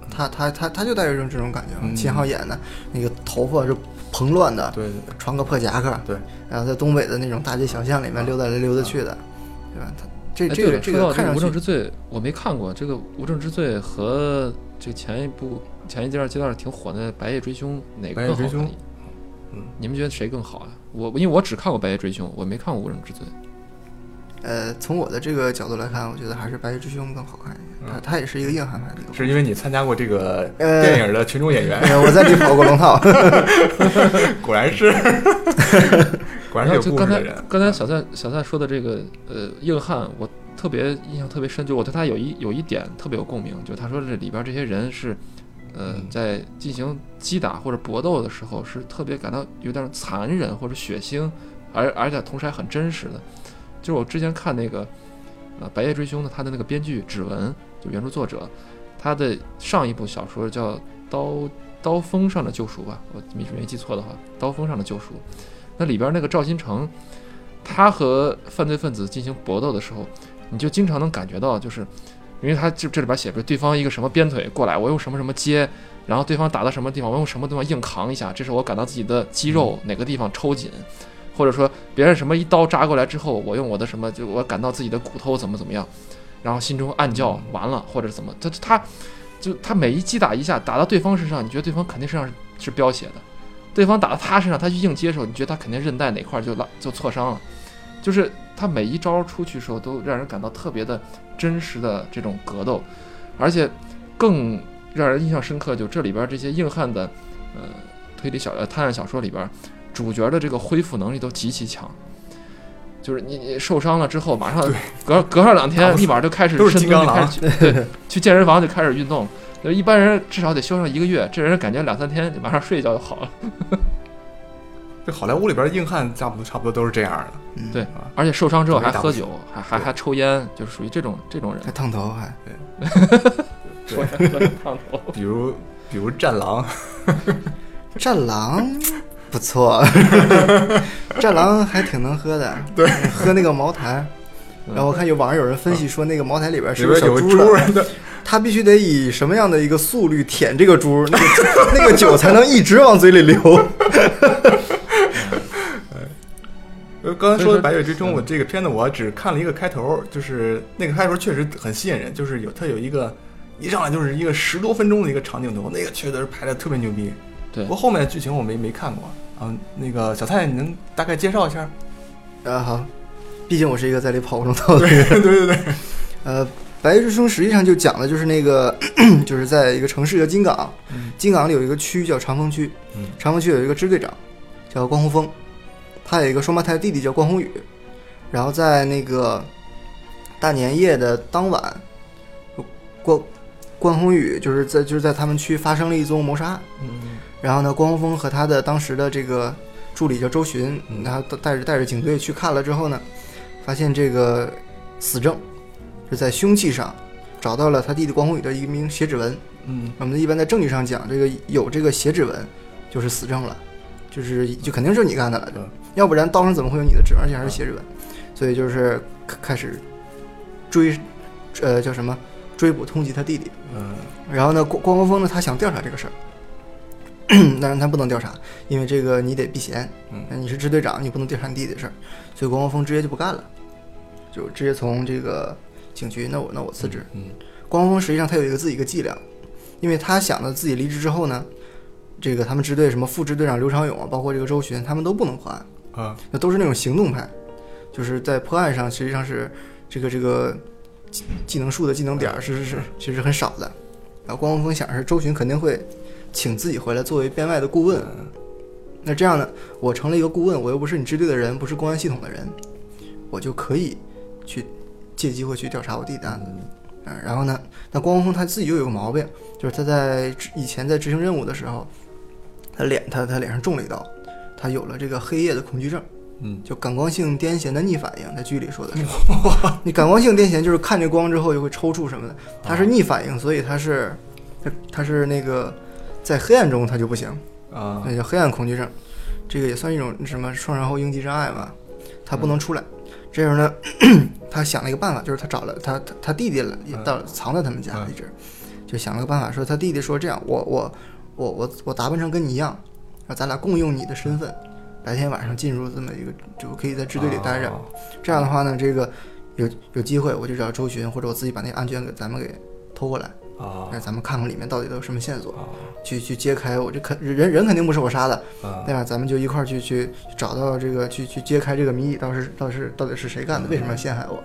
Speaker 4: 他他他他就带有一种这种感觉嘛。
Speaker 3: 嗯
Speaker 4: 秦昊演的那个头发是蓬乱的，
Speaker 3: 对对对
Speaker 4: 穿个破夹克，
Speaker 3: 对，
Speaker 4: 然后在东北的那种大街小巷里面溜达来溜达去的，对吧？他这
Speaker 2: 哎，
Speaker 4: 这
Speaker 2: 对
Speaker 4: 个
Speaker 2: 了，
Speaker 4: 这
Speaker 2: 说到
Speaker 4: 个
Speaker 2: 这
Speaker 4: 看
Speaker 2: 个《
Speaker 4: 上
Speaker 2: 无证
Speaker 4: 去
Speaker 2: 之罪》，我没看过。这个《无证之罪》和这前一部、前一阶段阶段挺火的《白夜追凶》，哪个
Speaker 3: 白夜
Speaker 2: 更好
Speaker 3: 追
Speaker 2: 看
Speaker 3: 凶？嗯
Speaker 2: 你们觉得谁更好啊？我因为我只看过《白夜追凶》，我没看过《无证之罪》。
Speaker 4: 呃，从我的这个角度来看，我觉得还是《白夜追凶》更好看一点。他他也是一个硬汉派的一个。
Speaker 3: 嗯是因为你参加过这个
Speaker 4: 呃
Speaker 3: 电影的群众演员，
Speaker 4: (laughs) 哎呀我在里跑过
Speaker 2: (laughs)
Speaker 4: 龙套，
Speaker 3: 果然
Speaker 4: (laughs)
Speaker 3: 是果然
Speaker 2: 然
Speaker 3: 是
Speaker 2: 后
Speaker 3: 有
Speaker 2: 就
Speaker 3: 故
Speaker 2: 刚
Speaker 3: 事的
Speaker 2: 才
Speaker 3: 人。
Speaker 2: 刚才小蔡小蔡说的这个呃硬汉，我特别印象特别深，就是我对他有一有一点特别有共鸣，就是他说这里边这些人是。呃，
Speaker 3: 嗯
Speaker 2: 在进行击打或者搏斗的时候，是特别感到有点残忍或者血腥，而而且同时还很真实的。就是我之前看那个，呃，《白夜追凶》的，他的那个编剧指纹，就原著作者，他的上一部小说叫《刀刀锋上的救赎》吧，我没没记错的话，《刀锋上的救赎》，那里边那个赵新成，他和犯罪分子进行搏斗的时候，你就经常能感觉到，就是因为他这这里边写着对方一个什么鞭腿过来，我用什么什么接，然后对方打到什么地方，我用什么地方硬扛一下，这时候我感到自己的肌肉哪个地方抽紧，或者说别人什么一刀扎过来之后，我用我的什么，就我感到自己的骨头怎么怎么样，然后心中暗叫完了或者怎么，他他就他每一击打一下打到对方身上，你觉得对方肯定身上是是飙血的。对方打到他身上，他去硬接手，你觉得他肯定韧带哪块儿就拉就挫伤了，就是他每一招出去的时候都让人感到特别的真实的这种格斗，而且更让人印象深刻，就这里边这些硬汉的呃推理小呃探案小说里边，主角的这个恢复能力都极其强。就是你你受伤了之后，马上隔隔上两
Speaker 3: 打
Speaker 2: 天，
Speaker 3: 不死
Speaker 2: 立马就开始
Speaker 3: 都是
Speaker 2: 深
Speaker 3: 金
Speaker 2: 蹲，
Speaker 3: 刚
Speaker 2: 就
Speaker 3: 狼
Speaker 2: 开始去 (laughs) 对去健身房就开始运动。就是一般人至少得休上一个月，这人感觉两三天马上睡一觉就好了。
Speaker 3: 这好莱坞里边的硬汉，差不多差不多都是这样的。
Speaker 4: 嗯
Speaker 2: 对，而且受伤之后还喝酒，还还
Speaker 3: 对
Speaker 2: 还抽烟，就是属于这种这种人
Speaker 4: 还。烫头还
Speaker 2: 说着说着烫头，
Speaker 3: 比如比如战狼，
Speaker 4: 战狼不错， (laughs) 战狼还挺能喝的，对，喝那个茅台。
Speaker 2: 嗯
Speaker 4: 然后我看有网上有人分析说，那个茅台里边 (laughs) 是
Speaker 3: 里边
Speaker 4: 小
Speaker 3: 有个
Speaker 4: 猪啊
Speaker 3: 猪
Speaker 4: 的，
Speaker 3: 人的，
Speaker 4: 它必须得以什么样的一个速率舔这个猪，那个那个酒才能一直往嘴里流。
Speaker 3: 呃，刚才
Speaker 2: 所以
Speaker 3: 说
Speaker 4: (laughs)
Speaker 2: 说
Speaker 3: 的《白夜追凶》，
Speaker 2: 嗯
Speaker 3: 我这个片子我只看了一个开头，就是那个开头确实很吸引人，就是有它有一个一上来就是一个十多分钟的一个长镜头，那个确实拍的特别牛逼。
Speaker 2: 对
Speaker 3: 嗯不过后面的剧情我没没看过啊。那个小蔡，你能大概介绍一下？
Speaker 4: 啊好，毕竟我是一个在里跑过龙套的人。
Speaker 3: 对对对，
Speaker 4: 呃，白夜追凶实际上就讲的就是那个， (clears throat) 就是在一个城市叫金港，金港里有一个区叫长风区，
Speaker 3: 嗯
Speaker 4: 长风区有一个支队长叫关宏峰，他有一个双胞胎弟弟叫关宏宇，然后在那个大年夜的当晚，关关宏宇就是在就是在他们区发生了一宗谋杀案，
Speaker 3: 嗯
Speaker 4: 然后呢，关宏峰和他的当时的这个助理叫周巡，
Speaker 3: 嗯
Speaker 4: 然后带着带着警队去看了之后呢，发现这个死证是在凶器上找到了他弟弟关宏宇的一名血指纹。
Speaker 3: 嗯
Speaker 4: 我们一般在证据上讲，这个有这个血指纹就是死证了，就是就肯定是你干的了，
Speaker 3: 嗯
Speaker 4: 要不然刀上怎么会有你的指纹，而且还是血指纹？所以就是开开始追，呃，叫什么追捕通缉他弟弟。
Speaker 3: 嗯
Speaker 4: 然后呢，关关国峰呢，他想调查这个事儿， (clears throat) 但是他不能调查，因为这个你得避嫌，
Speaker 3: 嗯
Speaker 4: 你是支队长，你不能调查你弟弟的事儿，所以关国峰直接就不干了，就直接从这个警局，那我那我辞职。
Speaker 3: 嗯
Speaker 4: 关国峰实际上他有一个自己一个伎俩，因为他想着自己离职之后呢，这个他们支队什么副支队长刘长勇啊，包括这个周巡，他们都不能破案，
Speaker 3: 啊
Speaker 4: 那都是那种行动派，就是在破案上实际上是这个这个技技能树的技能点儿是是是其实很少的。啊，关宏峰想是周巡肯定会请自己回来作为编外的顾问，那这样呢，我成了一个顾问，我又不是你支队的人，不是公安系统的人，我就可以去借机会去调查我弟的案子。嗯，然后呢，那关宏峰他自己又有个毛病，就是他在执以前在执行任务的时候，他脸他他脸上中了一刀，他有了这个黑夜的恐惧症。
Speaker 3: 嗯
Speaker 4: 就感光性癫痫的逆反应，在剧里说的是，你感光性癫痫就是看着光之后就会抽搐什么的，它是逆反应，所以它是，它它是那个在黑暗中它就不行，
Speaker 3: 啊
Speaker 4: 那叫黑暗恐惧症，这个也算一种什么创伤后应激障碍吧，他不能
Speaker 3: 嗯
Speaker 4: 出来。这时候呢， (clears throat) 他想了一个办法，就是他找了他他他弟弟了，也到藏在他们家
Speaker 3: 嗯
Speaker 4: 一直，就想了个办法，说他弟弟说这样，我我我我我打扮成跟你一样，然后咱俩共用你的身份，白天晚上进入这么一个，就可以在支队里待着。
Speaker 3: 啊
Speaker 4: 这样的话呢，这个有有机会我就找周巡，或者我自己把那个案卷给咱们给偷过来，
Speaker 3: 啊
Speaker 4: 让咱们看看里面到底都有什么线索，
Speaker 3: 啊
Speaker 4: 去去揭开我这肯人人肯定不是我杀的。
Speaker 3: 啊
Speaker 4: 对吧？咱们就一块儿去去去找到这个，去去揭开这个谜底，到底是到底是到底是谁
Speaker 3: 嗯
Speaker 4: 干的？为什么要陷害我？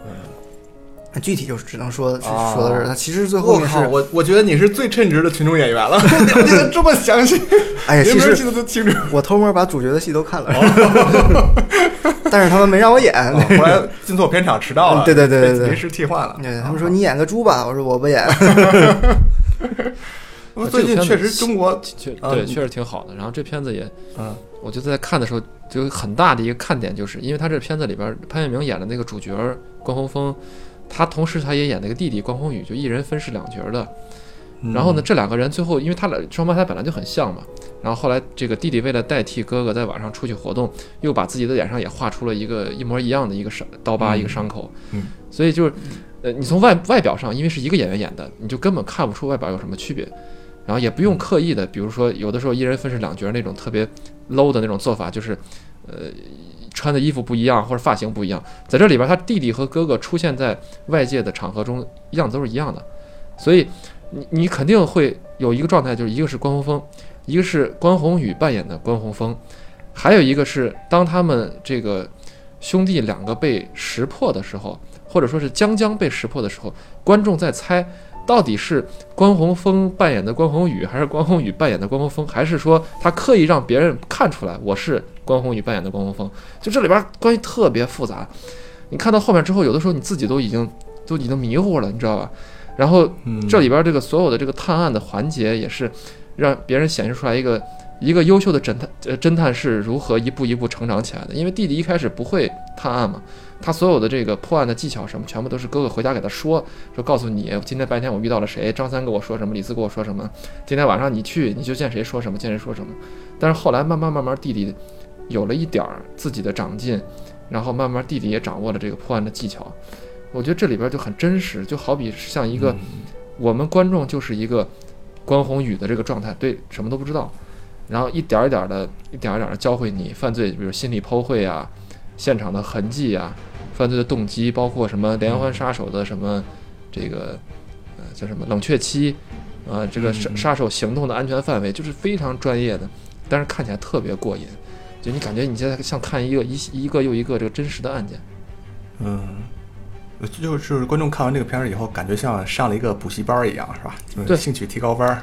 Speaker 4: 那具体就是只能说是
Speaker 3: 啊
Speaker 4: 说到这儿。他其实最后
Speaker 3: 我
Speaker 4: 面
Speaker 3: 靠，
Speaker 4: 是，
Speaker 3: 我我觉得你是最称职的群众演员了，你记得这么详细，
Speaker 4: 哎呀，
Speaker 3: 连
Speaker 4: 其
Speaker 3: 名儿记
Speaker 4: 实
Speaker 3: 得都清楚。
Speaker 4: 我偷摸把主角的戏都看了，
Speaker 3: 哦
Speaker 4: (laughs) 但是他们没让我演。
Speaker 3: 啊后来进错片场迟到了，
Speaker 4: 对对对对
Speaker 3: 被
Speaker 4: 对
Speaker 3: 临时替换了。
Speaker 4: 对，他们说你演个猪吧，我说我不演。
Speaker 3: 啊最近确实中国
Speaker 2: 确
Speaker 3: 啊
Speaker 2: 对，
Speaker 3: 你
Speaker 2: 确实挺好的。然后这片子也，
Speaker 3: 嗯，
Speaker 2: 我觉得在看的时候，就有很大的一个看点就是，因为他这片子里边潘粤明演的那个主角关宏峰，他同时他也演那个弟弟关宏宇，就一人分饰两角的。
Speaker 3: 嗯
Speaker 2: 然后呢，这两个人最后，因为他俩双胞胎本来就很像嘛，然后后来这个弟弟为了代替哥哥在晚上出去活动，又把自己的脸上也画出了一个一模一样的一个伤刀疤、
Speaker 3: 嗯
Speaker 2: 一个伤口，
Speaker 3: 嗯，
Speaker 2: 所以就是，呃，你从外外表上，因为是一个演员演的，你就根本看不出外表有什么区别，然后也不用刻意的，比如说有的时候一人分饰两角那种特别 low 的那种做法，就是，呃。穿的衣服不一样，或者发型不一样，在这里边，他弟弟和哥哥出现在外界的场合中，样子都是一样的，所以你你肯定会有一个状态，就是一个是关宏峰，一个是关宏宇扮演的关宏峰，还有一个是当他们这个兄弟两个被识破的时候，或者说是将将被识破的时候，观众在猜到底是关宏峰扮演的关宏宇，还是关宏宇扮演的关宏峰，还是说他刻意让别人看出来我是关宏宇扮演的关宏峰？就这里边关系特别复杂，你看到后面之后，有的时候你自己都已经都已经迷糊了，你知道吧？然后
Speaker 3: 嗯
Speaker 2: 这里边这个所有的这个探案的环节，也是让别人显示出来一个一个优秀的侦探呃侦探是如何一步一步成长起来的。因为弟弟一开始不会探案嘛，他所有的这个破案的技巧什么，全部都是哥哥回家给他说，说告诉你今天白天我遇到了谁，张三跟我说什么，李四跟我说什么，今天晚上你去你就见谁说什么，见谁说什么。但是后来慢慢慢慢，弟弟有了一点儿自己的长进，然后慢慢弟弟也掌握了这个破案的技巧。我觉得这里边就很真实，就好比是像一个、我们观众就是一个关宏宇的这个状态，对什么都不知道，然后一点儿一点儿的，一点儿一点儿的教会你犯罪，比如心理剖绘啊，现场的痕迹啊，犯罪的动机，包括什么连环杀手的什么这个呃叫什么冷却期啊、这个杀杀手行动的安全范围，就是非常专业的，但是看起来特别过瘾。就你感觉你现在像看一个一一个又一个这个真实的案件。
Speaker 3: 嗯，就就是观众看完这个片儿以后，感觉像上了一个补习班儿一样，是吧？就是
Speaker 2: 对
Speaker 3: 兴趣提高班儿。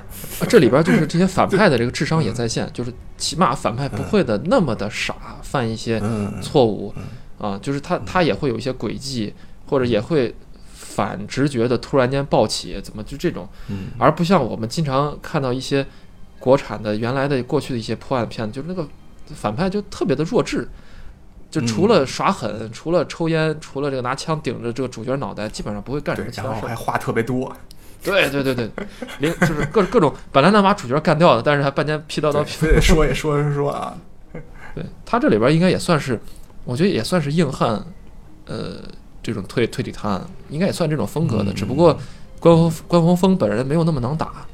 Speaker 2: 啊，这里边
Speaker 3: 嗯
Speaker 2: 就是这些反派的这个智商也在线，就是起码反派不会的那么的傻，犯一些
Speaker 3: 嗯，
Speaker 2: 错误啊，就是他他也会有一些诡计，或者也会反直觉的突然间暴起，怎么就这种，
Speaker 3: 嗯
Speaker 2: 而不像我们经常看到一些国产的原来的过去的一些破案片，就是那个反派就特别的弱智。就
Speaker 3: 嗯
Speaker 2: 除了耍狠，除了抽烟，除了这个拿枪顶着这个主角脑袋，基本上不会干什
Speaker 3: 对
Speaker 2: 么，其
Speaker 3: 然
Speaker 2: 他
Speaker 3: 后
Speaker 2: 事儿。
Speaker 3: 还话特别多，
Speaker 2: 对对对对，零就是各各种本来能把主角干掉的，但是还半天皮叨叨
Speaker 3: 对
Speaker 2: 皮。
Speaker 3: 非得说也说说说啊。
Speaker 2: 对他这里边应该也算是，我觉得也算是硬汉，呃，这种推推理探案应该也算这种风格的，只不
Speaker 4: 嗯
Speaker 2: 过关宏关宏峰本人没有那么能打，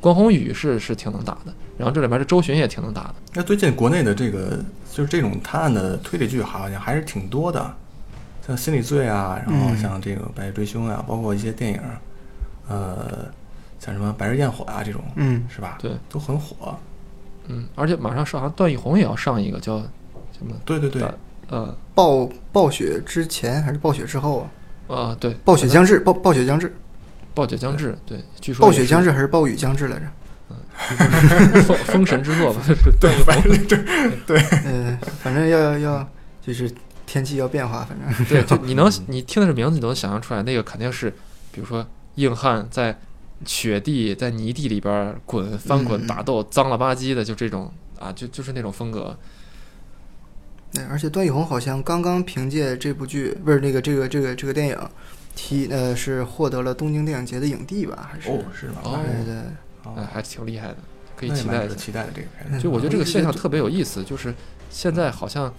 Speaker 2: 关宏宇是是挺能打的，然后这里面这周巡也挺能打的。
Speaker 3: 那最近国内的这个就是这种探案的推理剧，好像还是挺多的，像《心理罪》啊，然
Speaker 4: 嗯
Speaker 3: 后像这个《白夜追凶》啊，包括一些电影，呃，像什么《白日焰火》啊这种，
Speaker 4: 嗯，
Speaker 3: 是吧？
Speaker 2: 对，
Speaker 3: 都很火。
Speaker 2: 嗯，而且马上上，好像段奕宏也要上一个叫什么？
Speaker 3: 对对对，
Speaker 2: 呃
Speaker 4: 暴暴雪之前还是暴雪之后啊？
Speaker 2: 啊，对，
Speaker 4: 暴雪将至，暴暴雪将至，
Speaker 2: 暴雪将至，对，据说
Speaker 4: 暴
Speaker 2: 也
Speaker 4: 雪
Speaker 2: 是
Speaker 4: 将至还是暴雨将至来着？
Speaker 2: 封封神之
Speaker 4: (laughs)
Speaker 2: 作吧，段奕宏。
Speaker 4: 嗯，反正要要就是天气要变化，反正
Speaker 3: (laughs)
Speaker 2: 对，就你能你听的这名字，你都能想象出来，那个肯定是，比如说硬汉在雪地、在泥地里边儿
Speaker 3: 嗯
Speaker 2: 滚、翻滚、打斗，脏了吧唧的，就这种啊，就就是那种风格。
Speaker 4: 对，哎而且段奕宏好像刚刚凭借这部剧，不是那个这个这个这个电影，提呃是获得了东京电影节的影帝吧？还是
Speaker 3: 哦，是吗？
Speaker 2: 哦
Speaker 4: 对对，
Speaker 2: 哎，
Speaker 3: 哦，
Speaker 2: 还是挺厉害的，
Speaker 3: 可
Speaker 2: 可以期待一下。
Speaker 3: 期待的这个片
Speaker 4: 嗯
Speaker 3: 子。
Speaker 2: 就我觉得这个
Speaker 3: (laughs)
Speaker 2: 现象特别有意思，就是现在好像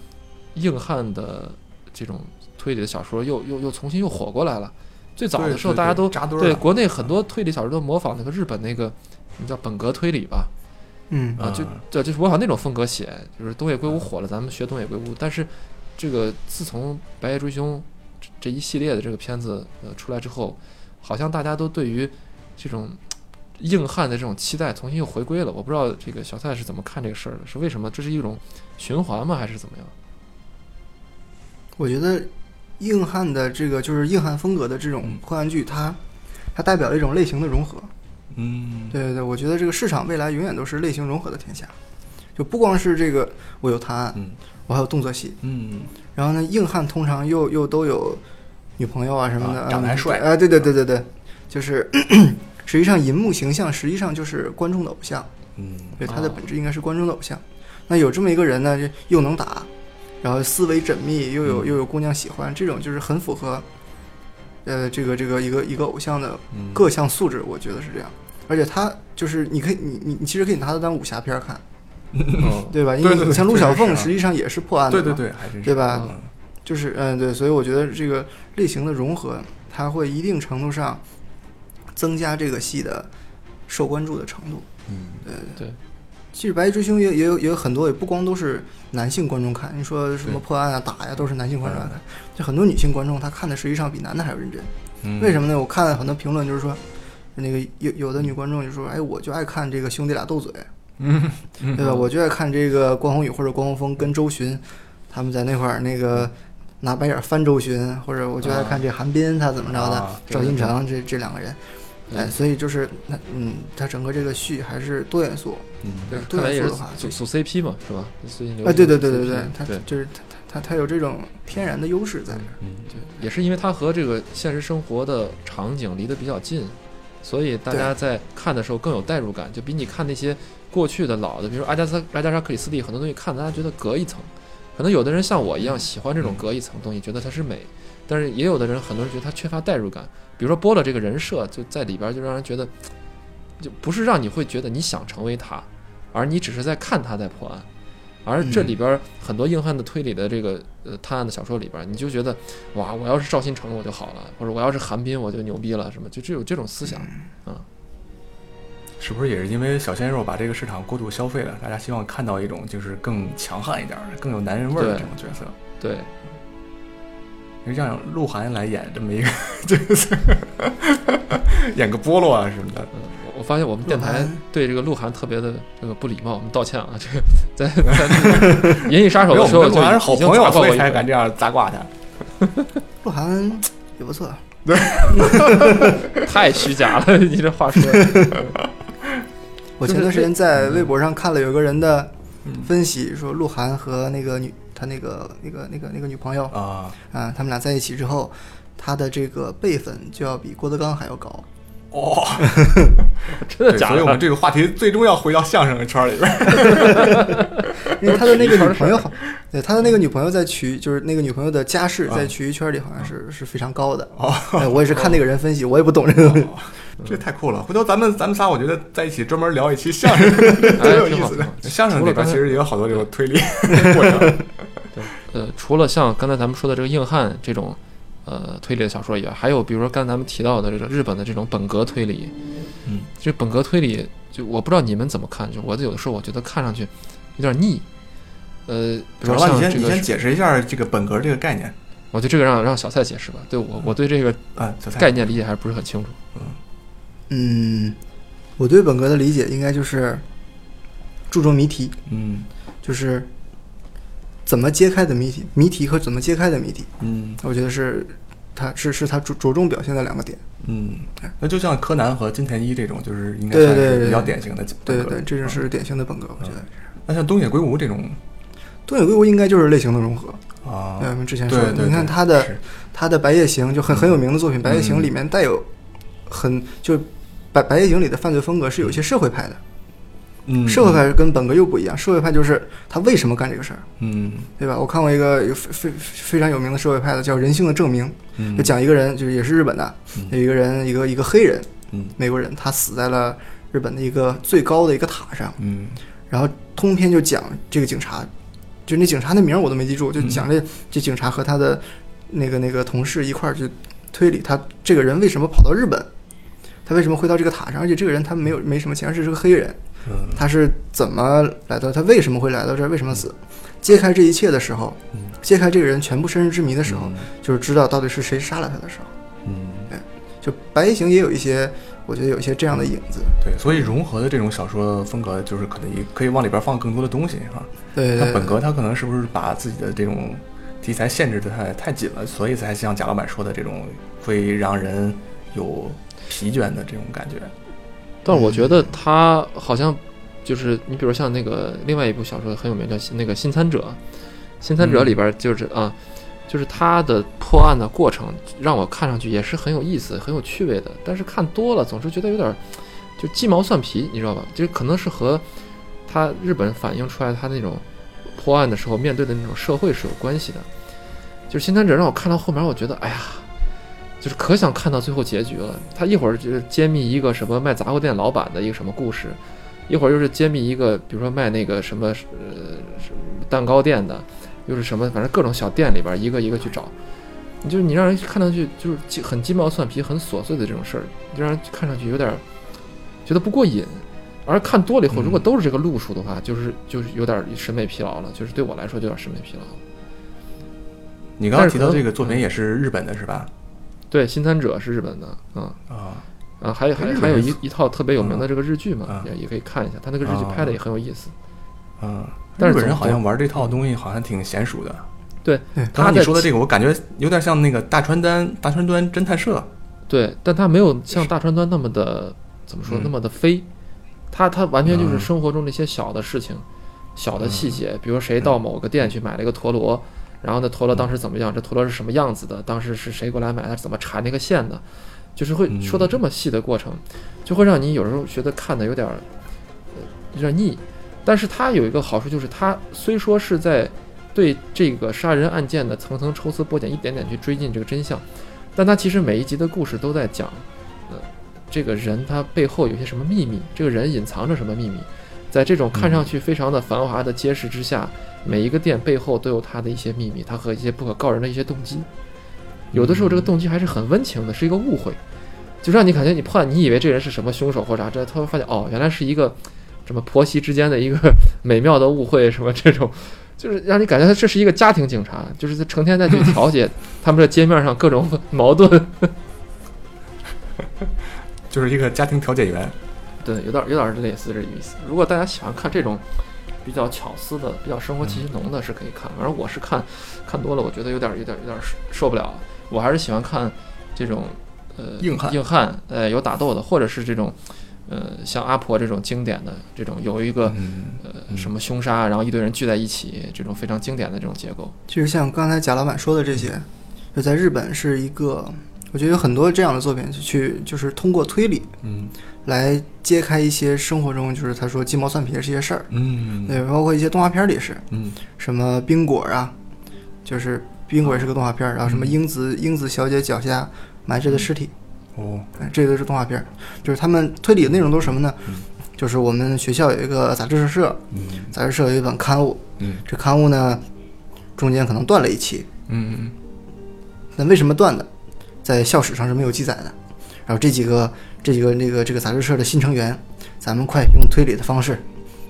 Speaker 2: 硬汉的这种推理的小说又又又重新又火过来了。最早的时候，
Speaker 3: 对对
Speaker 2: 大家都
Speaker 3: 对扎堆儿
Speaker 2: 对
Speaker 3: 了
Speaker 2: 国内很
Speaker 3: 嗯
Speaker 2: 多推理小说都模仿那个日本那个，你叫本格推理吧？
Speaker 4: 嗯
Speaker 2: 啊，就
Speaker 3: 嗯
Speaker 2: 对，就是模仿那种风格写，就是东野圭吾火了，咱们学东野圭吾。但是这个自从《白夜追凶》这这一系列的这个片子呃出来之后，好像大家都对于这种硬汉的这种期待重新又回归了。我不知道这个小蔡是怎么看这个事儿的，是为什么？这是一种循环吗？还是
Speaker 4: (laughs)
Speaker 2: 怎么样？
Speaker 4: 我觉得硬汉的这个就是硬汉风格的这种破案剧，它它代表了一种类型的融合。
Speaker 3: 嗯，
Speaker 4: 对对对，我觉得这个市场未来永远都是类型融合的天下，就不光是这个我有探案，
Speaker 3: 嗯
Speaker 4: 我还有动作戏，
Speaker 3: 嗯，
Speaker 4: 然后呢，硬汉通常又又都有女朋友啊什么的，
Speaker 3: 啊
Speaker 4: 嗯
Speaker 3: 长得还帅
Speaker 4: 啊，对对对对对，就是 (coughs) 实际上银幕形象实际上就是观众的偶像，
Speaker 3: 嗯，
Speaker 4: 对，他的
Speaker 2: 哦
Speaker 4: 本质应该是观众的偶像。那有这么一个人呢，就又能打，然后思维缜密，
Speaker 3: 嗯
Speaker 4: 又有又有姑娘喜欢，这种就是很符合，呃，这个这个一个一个偶像的
Speaker 3: 嗯
Speaker 4: 各项素质，我觉得是这样。而且他就是你可以你你你其实可以拿它当武侠片儿看，
Speaker 2: 嗯，
Speaker 4: 对吧？因
Speaker 3: 对对
Speaker 4: 为你
Speaker 3: 对
Speaker 4: 像陆
Speaker 3: 确实
Speaker 4: 小
Speaker 3: 是
Speaker 4: 凤
Speaker 3: 啊
Speaker 4: 实际上也是破案的
Speaker 3: 对
Speaker 4: 嘛，
Speaker 3: 对对，还真是
Speaker 4: 对吧
Speaker 3: 嗯
Speaker 4: 就是嗯对，所以我觉得这个类型的融合，它会一定程度上增加这个戏的受关注的程度。
Speaker 3: 嗯，
Speaker 2: 对，
Speaker 4: 其实《白夜追凶》也也有也有很多，也不光都是男性观众看。你说什么破案啊、打呀，都是男性观众看。就很多女性观众，她看的实际上比男的还要认真。
Speaker 3: 嗯
Speaker 4: 为什么呢？我看很多评论就是说，那个有有的女观众就说：“哎，我就爱看这个兄弟俩斗嘴，嗯，对吧？我就爱看这个关宏宇或者关宏峰跟周巡，他们在那块儿那个拿白眼翻周巡，或者我就爱看这韩冰他怎么着的，
Speaker 3: 啊
Speaker 4: 赵新成这这两个人。”哎，所以就是那嗯，它整个这个剧还是多元素，
Speaker 3: 嗯
Speaker 4: 对，多
Speaker 2: 看来也
Speaker 4: 元
Speaker 2: 是
Speaker 4: 素的话，
Speaker 2: 组组 CP 嘛，是吧？最近流
Speaker 4: 啊，
Speaker 2: 行
Speaker 4: 对对对
Speaker 2: CP
Speaker 4: 对对，它
Speaker 2: 对
Speaker 4: 就是它它它有这种天然的优势在。
Speaker 3: 嗯
Speaker 2: 对，也是因为它和这个现实生活的场景离得比较近，所以大家在看的时候更有代入感，就比你看那些过去的老的，比如说阿加莎阿加莎克里斯蒂，很多东西看大家觉得隔一层。可能有的人像我一样喜欢这种隔一层的东西，觉得它是美，但是也有的人很多人觉得它缺乏代入感。比如说波勒这个人设就在里边儿就让人觉得，就不是让你会觉得你想成为他，而你只是在看他在破案。而这里边儿很多硬汉的推理的这个呃探案的小说里边儿，你就觉得哇，我要是赵新成我就好了，或者我要是韩冰我就牛逼了，什么就只有这种思想。
Speaker 3: 是不是也是因为小鲜肉把这个市场过度消费了？大家希望看到一种就是更强悍一点儿的、更有男人味儿的
Speaker 2: 对
Speaker 3: 这种角色，
Speaker 2: 对，
Speaker 3: 就让鹿 (laughs) 晗来演这么一个角色，演个波洛啊什么的。
Speaker 2: 嗯，我我发现我们电台
Speaker 4: 鹿晗
Speaker 2: 对这个鹿晗特别的这个不礼貌，我们道歉啊。
Speaker 3: (laughs)
Speaker 2: 这个在在那个《银翼杀手
Speaker 3: 没》有，
Speaker 2: 的
Speaker 3: 我
Speaker 2: 时候
Speaker 3: 们
Speaker 2: 就
Speaker 3: 还是
Speaker 2: 已
Speaker 3: 好
Speaker 2: 经
Speaker 3: 朋友，
Speaker 2: 砸
Speaker 3: 啊
Speaker 2: 爆
Speaker 3: 所
Speaker 2: 过
Speaker 3: 以
Speaker 2: 一
Speaker 3: 才
Speaker 2: 回
Speaker 3: 敢。这样砸挂他。
Speaker 4: 鹿晗也不错，
Speaker 2: 太虚假了，你这话说的。
Speaker 4: 我
Speaker 2: 就是
Speaker 4: 前段时间在
Speaker 2: 嗯
Speaker 4: 微博上看了有个人的分析，说鹿晗和那个女他那个那个那个那个女朋友
Speaker 2: 哦 (laughs)
Speaker 3: 啊，
Speaker 4: 啊，他们俩在一起之后，他的这个辈分就要比郭德纲还要高。
Speaker 2: (laughs)
Speaker 3: 哦，
Speaker 2: 真的
Speaker 3: 对
Speaker 2: 假
Speaker 3: 所以我们
Speaker 2: 的？
Speaker 3: 这个话题最终要回到相声圈里边儿。
Speaker 4: 因为他的那个女朋
Speaker 3: (laughs)
Speaker 4: 友好，对他的那个女朋友在曲艺，就是那个女朋友的家世在曲艺圈里好像是是非常高的。
Speaker 3: 啊哦
Speaker 4: 哎，我也是看那个人分析，我也不懂这个东西。
Speaker 2: 嗯
Speaker 3: 这太酷了！回头咱们咱们仨，我觉得在一起专门聊一期相声， (laughs) 多有
Speaker 2: 哎，挺
Speaker 3: 意
Speaker 2: 好
Speaker 3: 思
Speaker 2: 挺
Speaker 3: 的
Speaker 2: 好。。
Speaker 3: 相声
Speaker 2: 除
Speaker 3: 里边
Speaker 2: 了刚
Speaker 3: 其
Speaker 2: 才
Speaker 3: 实也有好多这种推理过程。
Speaker 2: 呃，除了像刚才咱们说的这个硬汉这种呃推理的小说以外，还有比如说刚才咱们提到的这个日本的这种本格推理，
Speaker 3: 嗯，
Speaker 2: 这本格推理就我不知道你们怎么看，就我有的时候我觉得看上去有点腻。呃，比如
Speaker 3: 小
Speaker 2: 说
Speaker 3: 浪，
Speaker 2: 像
Speaker 3: 你先
Speaker 2: 这
Speaker 3: 你
Speaker 2: 个
Speaker 3: 先，解释一下这个本格这个概念
Speaker 2: 我觉得这个让让小蔡解释吧。对我我对这个
Speaker 3: 啊，小蔡
Speaker 2: 概念理解还不是很清楚。
Speaker 4: 嗯，我对本格的理解应该就是注重谜题，
Speaker 3: 嗯
Speaker 4: 就是怎么揭开的谜题，谜题和怎么揭开的谜题，
Speaker 3: 嗯
Speaker 4: 我觉得是它是是它着着重表现的两个点。
Speaker 3: 嗯，那就像柯南和金田一这种，就是应该
Speaker 4: 对
Speaker 3: 算
Speaker 4: 对
Speaker 3: 是
Speaker 4: 对
Speaker 3: 比较
Speaker 4: 对
Speaker 3: 典型的
Speaker 4: 对
Speaker 3: 本
Speaker 4: 对
Speaker 3: 格嗯
Speaker 4: 对，这就
Speaker 3: 啊
Speaker 4: 是典型的本格，我觉得。
Speaker 3: 那像东野圭吾这种
Speaker 4: 东野圭吾应该就是类型的融合，
Speaker 3: 啊
Speaker 4: 对，我们之前
Speaker 3: 对
Speaker 4: 说的，
Speaker 3: 对
Speaker 4: 嗯你看
Speaker 3: 对
Speaker 4: 他的
Speaker 3: 是嗯
Speaker 4: 他的《白夜行》就很很有名的作品，《白夜行》里面带有很就白白夜行》里的犯罪风格是有一些社会派的，
Speaker 3: 嗯
Speaker 4: 社会派跟本格又不一样，社会派就是他为什么干这个事儿，
Speaker 3: 嗯
Speaker 4: 对吧？我看过一个有非非非常有名的社会派的叫《人性的证明》，
Speaker 3: 嗯
Speaker 4: 就讲一个人，就是也是日本的，有一个人，一个一个黑人
Speaker 3: 嗯
Speaker 4: 美国人，他死在了日本的一个最高的一个塔上，
Speaker 3: 嗯
Speaker 4: 然后通篇就讲这个警察，就那警察的名儿我都没记住，就讲这、这警察和他的那个那个同事一块儿去推理他这个人为什么跑到日本，他为什么会到这个塔上，而且这个人他没有没什么钱，而且是个黑人，
Speaker 3: 嗯
Speaker 4: 他是怎么来到，他为什么会来到这儿，为什么死？揭开这一切的时候
Speaker 3: 嗯，
Speaker 4: 揭开这个人全部身世之谜的时候，
Speaker 3: 嗯
Speaker 4: 就是知道到底是谁杀了他的时候。
Speaker 3: 嗯，
Speaker 4: 就《白夜行》也有一些，我觉得有一些这样的影子。
Speaker 3: 对，所以融合的这种小说风格，就是可能也可以往里边放更多的东西啊。
Speaker 4: 对
Speaker 3: 它
Speaker 4: 对
Speaker 3: 本格它可能是不是把自己的这种题材限制的太太紧了，所以才像贾老板说的这种会让人有疲倦的这种感觉。
Speaker 2: 但我觉得他好像就是你，比如像那个另外一部小说很有名叫那个《新参者》，《新参者》里边就是啊，就是他的破案的过程让我看上去也是很有意思、很有趣味的，但是看多了总是觉得有点儿就鸡毛蒜皮，你知道吧？就是可能是和他日本反映出来他那种破案的时候面对的那种社会是有关系的。就是《新参者》让我看到后面，我觉得哎呀。就是可想看到最后结局了。他一会儿就是揭秘一个什么卖杂货店老板的一个什么故事，一会儿又是揭秘一个，比如说卖那个什么呃什么蛋糕店的，又是什么，反正各种小店里边一个一个去找。你就是你让人看上去就是鸡很鸡毛蒜皮、很琐碎的这种事儿，就让人看上去有点儿觉得不过瘾。而看多了以后，
Speaker 3: 嗯
Speaker 2: 如果都是这个路数的话，就是就是有点审美疲劳了，就是对我来说就有点审美疲劳了。
Speaker 3: 你刚刚
Speaker 2: 但是
Speaker 3: 提到
Speaker 2: 可能
Speaker 3: 这个作品也是日本的是吧？
Speaker 2: 对，《新参者》是日本的，嗯，
Speaker 3: 啊，
Speaker 2: 啊，还有还
Speaker 3: 日
Speaker 2: 还有
Speaker 3: 本
Speaker 2: 一一套特别有名的这个日剧嘛
Speaker 3: 啊，
Speaker 2: 也也可以看一下，他那个日剧拍的也很有意思。
Speaker 3: 嗯，
Speaker 2: 但
Speaker 3: 日
Speaker 2: 是
Speaker 3: 本人
Speaker 2: 总
Speaker 3: 好像玩这套东西好像挺娴熟的。
Speaker 2: 对，
Speaker 3: 刚
Speaker 2: 他
Speaker 3: 刚你
Speaker 2: 在
Speaker 3: 说的这个，我感觉有点像那个大川端大川端侦探社。
Speaker 2: 对，但他没有像大川端那么的怎么说
Speaker 3: 嗯
Speaker 2: 那么的飞，他他完全就是
Speaker 3: 嗯
Speaker 2: 生活中那些小的事情、小的细节，比如谁到
Speaker 3: 嗯
Speaker 2: 某个店去买了一个陀螺，然后那陀螺当时怎么样，这陀螺是什么样子的，当时是谁过来买，他是怎么缠那个线的，就是会
Speaker 3: 嗯
Speaker 2: 说到这么细的过程，就会让你有时候觉得看的有点儿呃有点腻。但是它有一个好处就是，它虽说是在对这个杀人案件的层层抽丝剥茧，一点点去追进这个真相，但它其实每一集的故事都在讲，呃，这个人他背后有些什么秘密，这个人隐藏着什么秘密，在这种看上去非常的繁华的街市之下，每一个店背后都有他的一些秘密，他和一些不可告人的一些动机。有的时候这个动机还是很温情的，是一个误会，就让你感觉你破案，你以为这人是什么凶手或啥，这他会发现哦，原来是一个什么婆媳之间的一个 (laughs) 美妙的误会，什么这种，就是让你感觉他这是一个家庭警察，就是他成天在去调解他们这街面上各 (laughs) 种矛盾。
Speaker 3: 就是一个家庭调解员，
Speaker 2: 对，有点有点类似这意思。如果大家喜欢看这种比较巧思的、比较生活气息浓的，是可以看。反正我是看看多了，我觉得有点有点有点受不了。我还是喜欢看这种呃
Speaker 3: 硬汉
Speaker 2: 硬汉，呃有打斗的，或者是这种呃像阿婆这种经典的这种有一个
Speaker 3: 嗯，
Speaker 2: 呃什么凶杀，然后一堆人聚在一起，这种非常经典的这种结构。
Speaker 4: 其实像刚才贾老板说的这些，就在日本是一个，我觉得有很多这样的作品去，就是通过推理，
Speaker 3: 嗯，
Speaker 4: 来揭开一些生活中就是他说鸡毛蒜皮的这些事儿，
Speaker 3: 嗯，
Speaker 4: 对，包括一些动画片儿里也是，
Speaker 3: 嗯，
Speaker 4: 什么冰果啊，就是冰果也是个动画片儿，
Speaker 3: 嗯
Speaker 4: 然后什么英子英子小姐脚下埋着的尸体，
Speaker 3: 哦，
Speaker 4: 哎，这个是动画片儿，就是他们推理的内容都是什么呢？就是我们学校有一个杂志社，
Speaker 3: 嗯
Speaker 4: 杂志社有一本刊物，
Speaker 3: 嗯，
Speaker 4: 这刊物呢中间可能断了一期，
Speaker 2: 嗯，
Speaker 4: 那为什么断的，在校史上是没有记载的。然后这几个这几个那个这个杂志社的新成员，咱们快用推理的方式，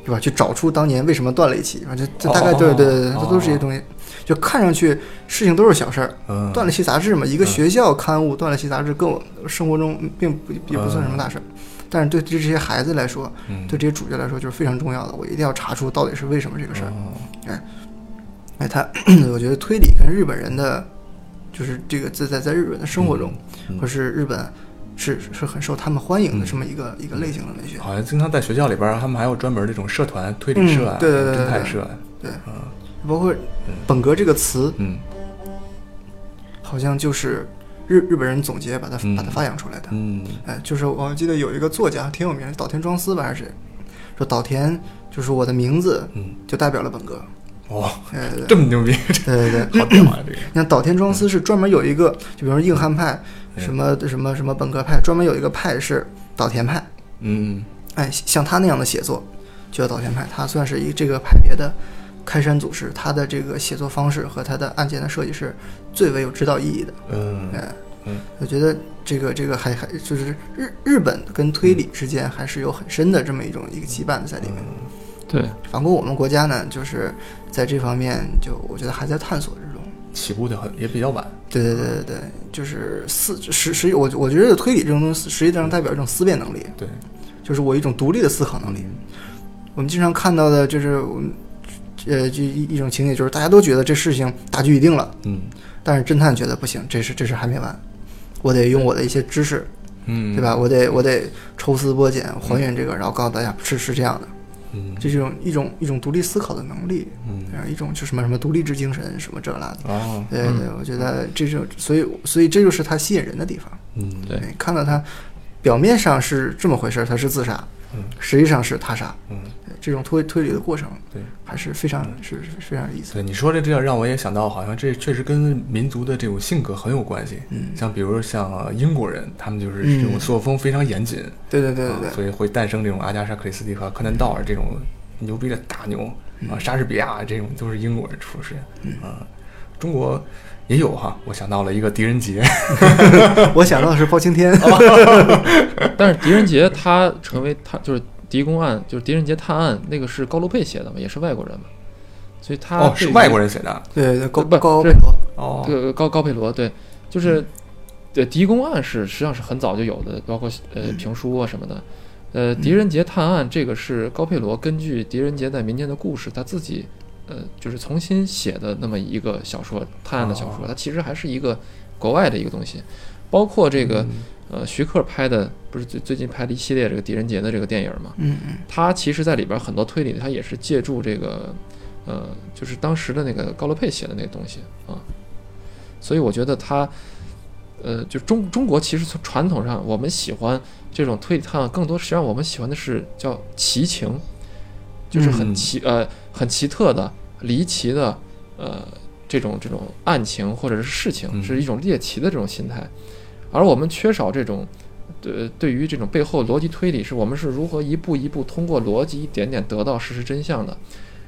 Speaker 4: 对吧？去找出当年为什么断了一期，然后这这大概
Speaker 3: 哦
Speaker 4: 对对对，对
Speaker 3: 哦
Speaker 4: 它都是这些东西，就看上去事情都是小事儿，
Speaker 3: 嗯，
Speaker 4: 断了期杂志嘛，一个学校刊物断了期杂志，跟我生活中并不也不算什么大事儿，但是对对这些孩子来说，
Speaker 3: 嗯，
Speaker 4: 对这些主角来说就是非常重要的。我一定要查出到底是为什么这个事儿。
Speaker 3: 哦
Speaker 4: 哎，他 (clears throat) 我觉得推理跟日本人的，就是这个在在在日本的生活中，
Speaker 3: 嗯
Speaker 4: 或是日本是是很受他们欢迎的这么一
Speaker 3: 嗯
Speaker 4: 个、一个类型的文学。
Speaker 3: 好像经常在学校里边儿，他们还有专门这种社团、推理社啊、
Speaker 4: 嗯对对对对
Speaker 3: 侦探社啊，
Speaker 4: 包括本格这个词，
Speaker 3: 嗯
Speaker 4: 好像就是日日本人总结把它、
Speaker 3: 嗯
Speaker 4: 把它发扬出来的。
Speaker 3: 嗯
Speaker 4: 哎，就是我记得有一个作家挺有名，岛田庄司吧还是谁，说岛田就是我的名字
Speaker 3: 嗯，
Speaker 4: 就代表了本
Speaker 3: (laughs)
Speaker 4: 格。
Speaker 3: 哦，
Speaker 4: 哎，对
Speaker 3: 这么牛逼，
Speaker 4: 对对对。 (laughs)
Speaker 3: 好屌啊！这个，
Speaker 4: 你看岛田庄司是专门有一个，就比如说硬汉派，
Speaker 3: 嗯
Speaker 4: 什么什么什么本格派，专门有一个派是岛田派。
Speaker 3: 嗯
Speaker 4: 哎，像他那样的写作，就叫岛田派。他算是一这个派别的开山祖师，他的这个写作方式和他的案件的设计是最为有指导意义的。
Speaker 3: 嗯
Speaker 4: 哎，
Speaker 3: 嗯
Speaker 4: 我觉得这个这个还还就是日日本跟推
Speaker 3: 嗯
Speaker 4: 理之间还是有很深的这么一种一个羁绊在里面。
Speaker 2: 对，
Speaker 4: 反观我们国家呢，就是在这方面就我觉得还在探索之中。
Speaker 3: 起步的很也比较晚，
Speaker 4: 对对对对对，就是思实实我我觉得推理这种东西，实际上代表一种思辨能力，
Speaker 3: 对，
Speaker 4: 就是我一种独立的思考能力。我们经常看到的就是我们呃这一一种情景，就是大家都觉得这事情大局已定了，
Speaker 3: 嗯
Speaker 4: 但是侦探觉得不行，这事这事还没完，我得用我的一些知识，
Speaker 3: 嗯，
Speaker 4: 对？吧？我得我得抽丝剥茧，还原这个，然后告诉大家是是这样的，
Speaker 3: 嗯
Speaker 4: 这是一种一种一种独立思考的能力，
Speaker 3: 嗯，
Speaker 4: 然后一种就什么什么独立之精神什么这那的。
Speaker 3: 哦，
Speaker 4: 对对，我觉得这就所以所以这就是它吸引人的地方。
Speaker 3: 嗯
Speaker 2: 对
Speaker 4: 哎看到它表面上是这么回事儿，它是自杀，
Speaker 3: 嗯
Speaker 4: 实际上是他杀。
Speaker 3: 嗯，
Speaker 4: 对这种推推理的过程，
Speaker 3: 对，嗯
Speaker 4: 还是非常是是非常有意思的。
Speaker 3: 对，你说这这让我也想到，好像这确实跟民族的这种性格很有关系。
Speaker 4: 嗯
Speaker 3: 像比如说像英国人，他们就是这种
Speaker 4: 嗯
Speaker 3: 作风非常严谨，
Speaker 4: 对对对对
Speaker 3: 啊
Speaker 4: 对，
Speaker 3: 所以会诞生这种阿加莎·克里斯蒂和柯南道尔这种牛逼的大牛
Speaker 4: 嗯
Speaker 3: 啊，莎士比亚这种都是英国人出身啊。中国也有哈，我想到了一个狄仁杰，
Speaker 4: 我想到的是包青天。
Speaker 3: 哦
Speaker 2: 但是狄仁杰他成为他就是狄公案，就是狄仁杰探案，那个是高卢贝写的嘛，也是外国人嘛，所以他
Speaker 3: 哦，是
Speaker 2: 对于
Speaker 3: 外国人写的
Speaker 4: (laughs) 啊对对对，高
Speaker 2: 不
Speaker 4: 高
Speaker 2: 这
Speaker 4: 博
Speaker 3: 哦
Speaker 2: 这，个高高佩罗对，就是对狄公案是实际上是很早就有的，包括呃评书啊什么的。呃，狄仁杰探案这个是高佩罗根据狄仁杰在民间的故事，他自己呃就是重新写的那么一个小说，探案的小说，它其实还是一个国外的一个东西，包括这个。呃，徐克拍的不是最最近拍的一系列这个狄仁杰的这个电影嘛？
Speaker 4: 嗯嗯，
Speaker 2: 他其实在里边很多推理，他也是借助这个，呃，就是当时的那个高罗佩写的那个东西啊，所以我觉得他，呃，就中中国其实从传统上我们喜欢这种推理探案，更多实际上我们喜欢的是叫奇情，就是很
Speaker 3: 嗯
Speaker 2: 奇、呃很奇特的、离奇的呃这种这种案情或者是事情，
Speaker 3: 嗯
Speaker 2: 是一种猎奇的这种心态，而我们缺少这种。对，对于这种背后逻辑推理，是我们是如何一步一步通过逻辑一点点得到事实真相的。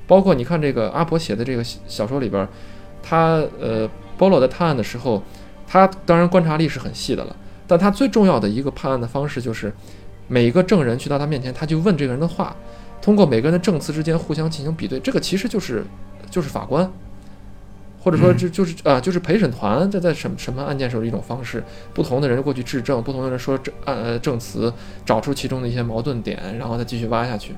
Speaker 2: 包括你看这个阿婆写的这个小小说里边儿，他呃，波洛在探案的时候，他当然观察力是很细的了，但他最重要的一个判案的方式就是，每一个证人去到他面前，他就问这个人的话，通过每个人的证词之间互相进行比对，这个其实就是就是法官，或者说就就是啊，就是陪审团这在审审判案件时候的一种方式，不同的人过去质证，不同的人说证呃证词，找出其中的一些矛盾点，然后再继续挖下去。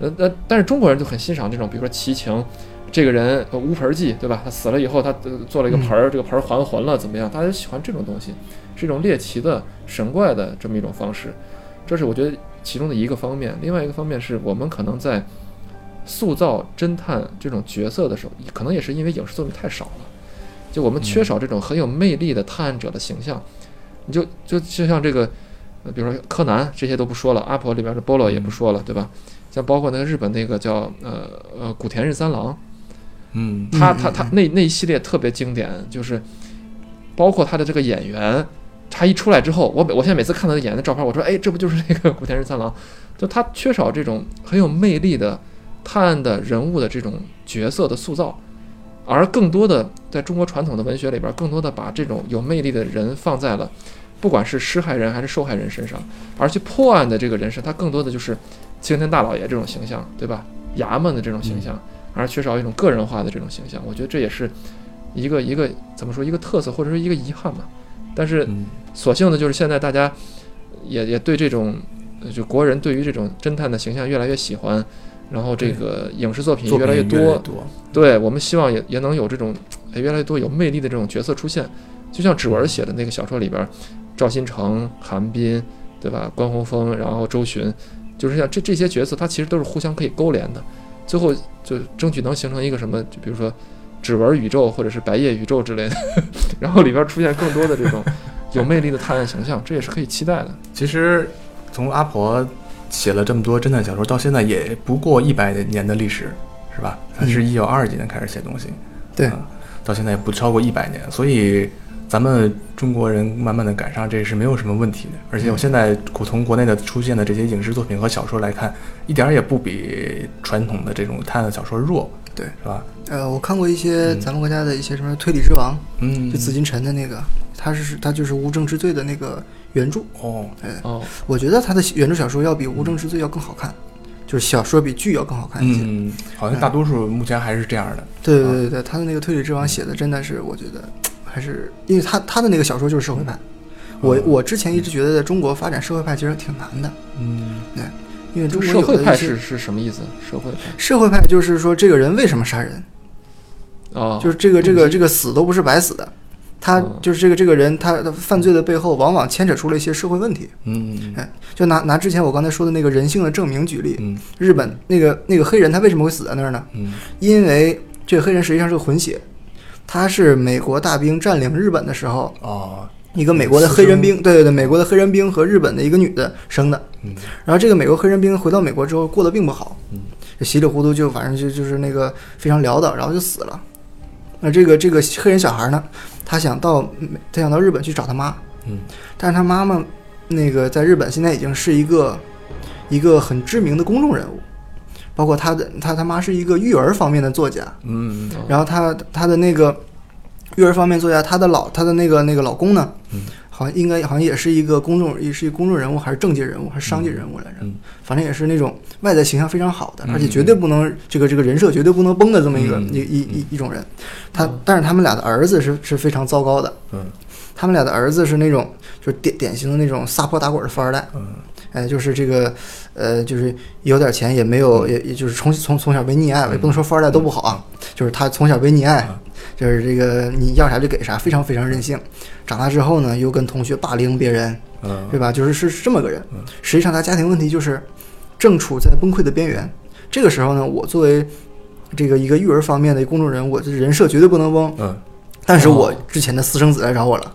Speaker 2: 呃呃，但是中国人就很欣赏这种，比如说齐情，这个人呃无盆儿记，对吧？他死了以后，他、呃做了一个盆儿，这个盆儿还魂了，怎么样？大家就喜欢这种东西，是一种猎奇的、神怪的这么一种方式。这是我觉得其中的一个方面。另外一个方面是我们可能在塑造侦探这种角色的时候，可能也是因为影视作品太少了，就我们缺少这种很有魅力的探案者的形象。你就就就像这个，呃比如说柯南这些都不说了，阿婆里边的波罗
Speaker 3: 嗯
Speaker 2: 也不说了，对吧？像包括那个日本那个叫呃呃古田任三郎，
Speaker 3: 嗯
Speaker 2: 他他他那那一系列特别经典，就是包括他的这个演员，他一出来之后，我每我现在每次看他的演员的照片，我说哎，这不就是那个古田任三郎？就他缺少这种很有魅力的探案的人物的这种角色的塑造，而更多的在中国传统的文学里边，更多的把这种有魅力的人放在了不管是施害人还是受害人身上，而去破案的这个人是他更多的就是青天大老爷这种形象，对吧？衙门的这种形象。而缺少一种个人化的这种形象。我觉得这也是一个一个怎么说一个特色，或者说一个遗憾吧。但是
Speaker 3: 嗯
Speaker 2: 所幸的就是现在大家也也对这种呃就国人对于这种侦探的形象越来越喜欢，然后这个影视作品
Speaker 3: 作
Speaker 2: 越
Speaker 3: 品越
Speaker 2: 来越多，
Speaker 3: 多，
Speaker 2: 对我们希望也也能有这种哎越来越多有魅力的这种角色出现，就像指文写的那个小说里边儿，赵新成、韩冰，对吧？关宏峰，然后周巡，就是像这这些角色，它其实都是互相可以勾连的，最后就争取能形成一个什么，就比如说指纹宇宙或者是白夜宇宙之类的， (laughs) 然后里边儿出现更多的这种有魅力的探案形象，这也是可以期待的。
Speaker 3: 其实从阿婆写了这么多侦探小说，到现在也不过一百年的历史，是吧？她是一九二几年开始写东西，
Speaker 4: 对
Speaker 3: 啊到现在也不超过一百年，所以咱们中国人慢慢的赶上，这是没有什么问题的。而且我现在古从国内的出现的这些影视作品和小说来看，一点儿也不比传统的这种探案小说弱，
Speaker 4: 对
Speaker 3: 是吧？
Speaker 4: 呃，我看过一些咱们国家的一些什么《推理之王》，
Speaker 3: 嗯
Speaker 4: 就紫禁城的那个，他是他就是《无证之罪》的那个原著，
Speaker 3: 哦，
Speaker 2: 哦，
Speaker 4: 我觉得他的原著小说要比《无证之罪》要更好看，就是小说比剧要更好看一些。
Speaker 3: 嗯，好像大多数目前还是这样的。
Speaker 2: 啊
Speaker 4: 对对对对，他的那个《推理之王》写的真的是，我觉得还是因为他他的那个小说就是社会
Speaker 2: 啊
Speaker 4: 派。我我之前一直觉得在中国发展社会派其实挺难的，
Speaker 3: 嗯，
Speaker 4: 因为中国
Speaker 2: 社
Speaker 4: 有
Speaker 2: 会
Speaker 4: 的一
Speaker 2: 派
Speaker 4: 些
Speaker 2: 是是什么意思？社会派
Speaker 4: 社会派就是说这个人为什么杀人，
Speaker 2: 哦，
Speaker 4: 就是这个这个这个死都不是白死的，他
Speaker 2: 嗯
Speaker 4: 就是这个这个人他的犯罪的背后往往牵扯出了一些社会问题。
Speaker 3: 嗯
Speaker 4: 哎，就拿拿之前我刚才说的那个人性的证明举例，
Speaker 3: 嗯
Speaker 4: 日本那个那个黑人他为什么会死在那儿呢？
Speaker 3: 嗯
Speaker 4: 因为这个黑人实际上是个混血，他是美国大兵占领日本的时候，
Speaker 3: 哦，
Speaker 4: 一个美国的黑人兵，对对对，美国的黑人兵和日本的一个女的生的。
Speaker 3: 嗯
Speaker 4: 然后这个美国黑人兵回到美国之后过得并不好，就稀里糊涂就反正就就是那个非常潦倒，然后就死了。那这个这个黑人小孩呢，他想到他想到日本去找他妈，
Speaker 3: 嗯，
Speaker 4: 但是他妈妈那个在日本现在已经是一个一个很知名的公众人物，包括他的他他妈是一个育儿方面的作家，
Speaker 3: 嗯
Speaker 2: 哦
Speaker 4: 然后他他的那个育儿方面作家，他的老他的那个那个老公呢，
Speaker 3: 嗯
Speaker 4: 好像应该好像也是一个公众也是一个公众人物，还是政界人物，还是商界人物来着，
Speaker 3: 嗯
Speaker 4: 反正也是那种外在形象非常好的，
Speaker 3: 嗯
Speaker 4: 而且绝对不能这个这个人设绝对不能崩的这么一个、
Speaker 3: 嗯
Speaker 4: 一一一一种人。他但是他们俩的儿子是是非常糟糕的，
Speaker 3: 嗯
Speaker 4: 他们俩的儿子是那种就是典典型的那种撒泼打滚的富二代，
Speaker 3: 嗯
Speaker 4: 哎，就是这个，呃，就是有点钱也没有，也也就是从从从小被溺爱吧，也不能说富二代都不好啊，就是他从小被溺爱，就是这个你要啥就给啥，非常非常任性。长大之后呢，又跟同学霸凌别人，
Speaker 3: 嗯
Speaker 4: 对吧？就是是是这么个人。实际上他家庭问题就是正处在崩溃的边缘。这个时候呢，我作为这个一个育儿方面的公众人物，我这人设绝对不能崩，
Speaker 3: 嗯
Speaker 4: 但是我之前的私生子来找我了，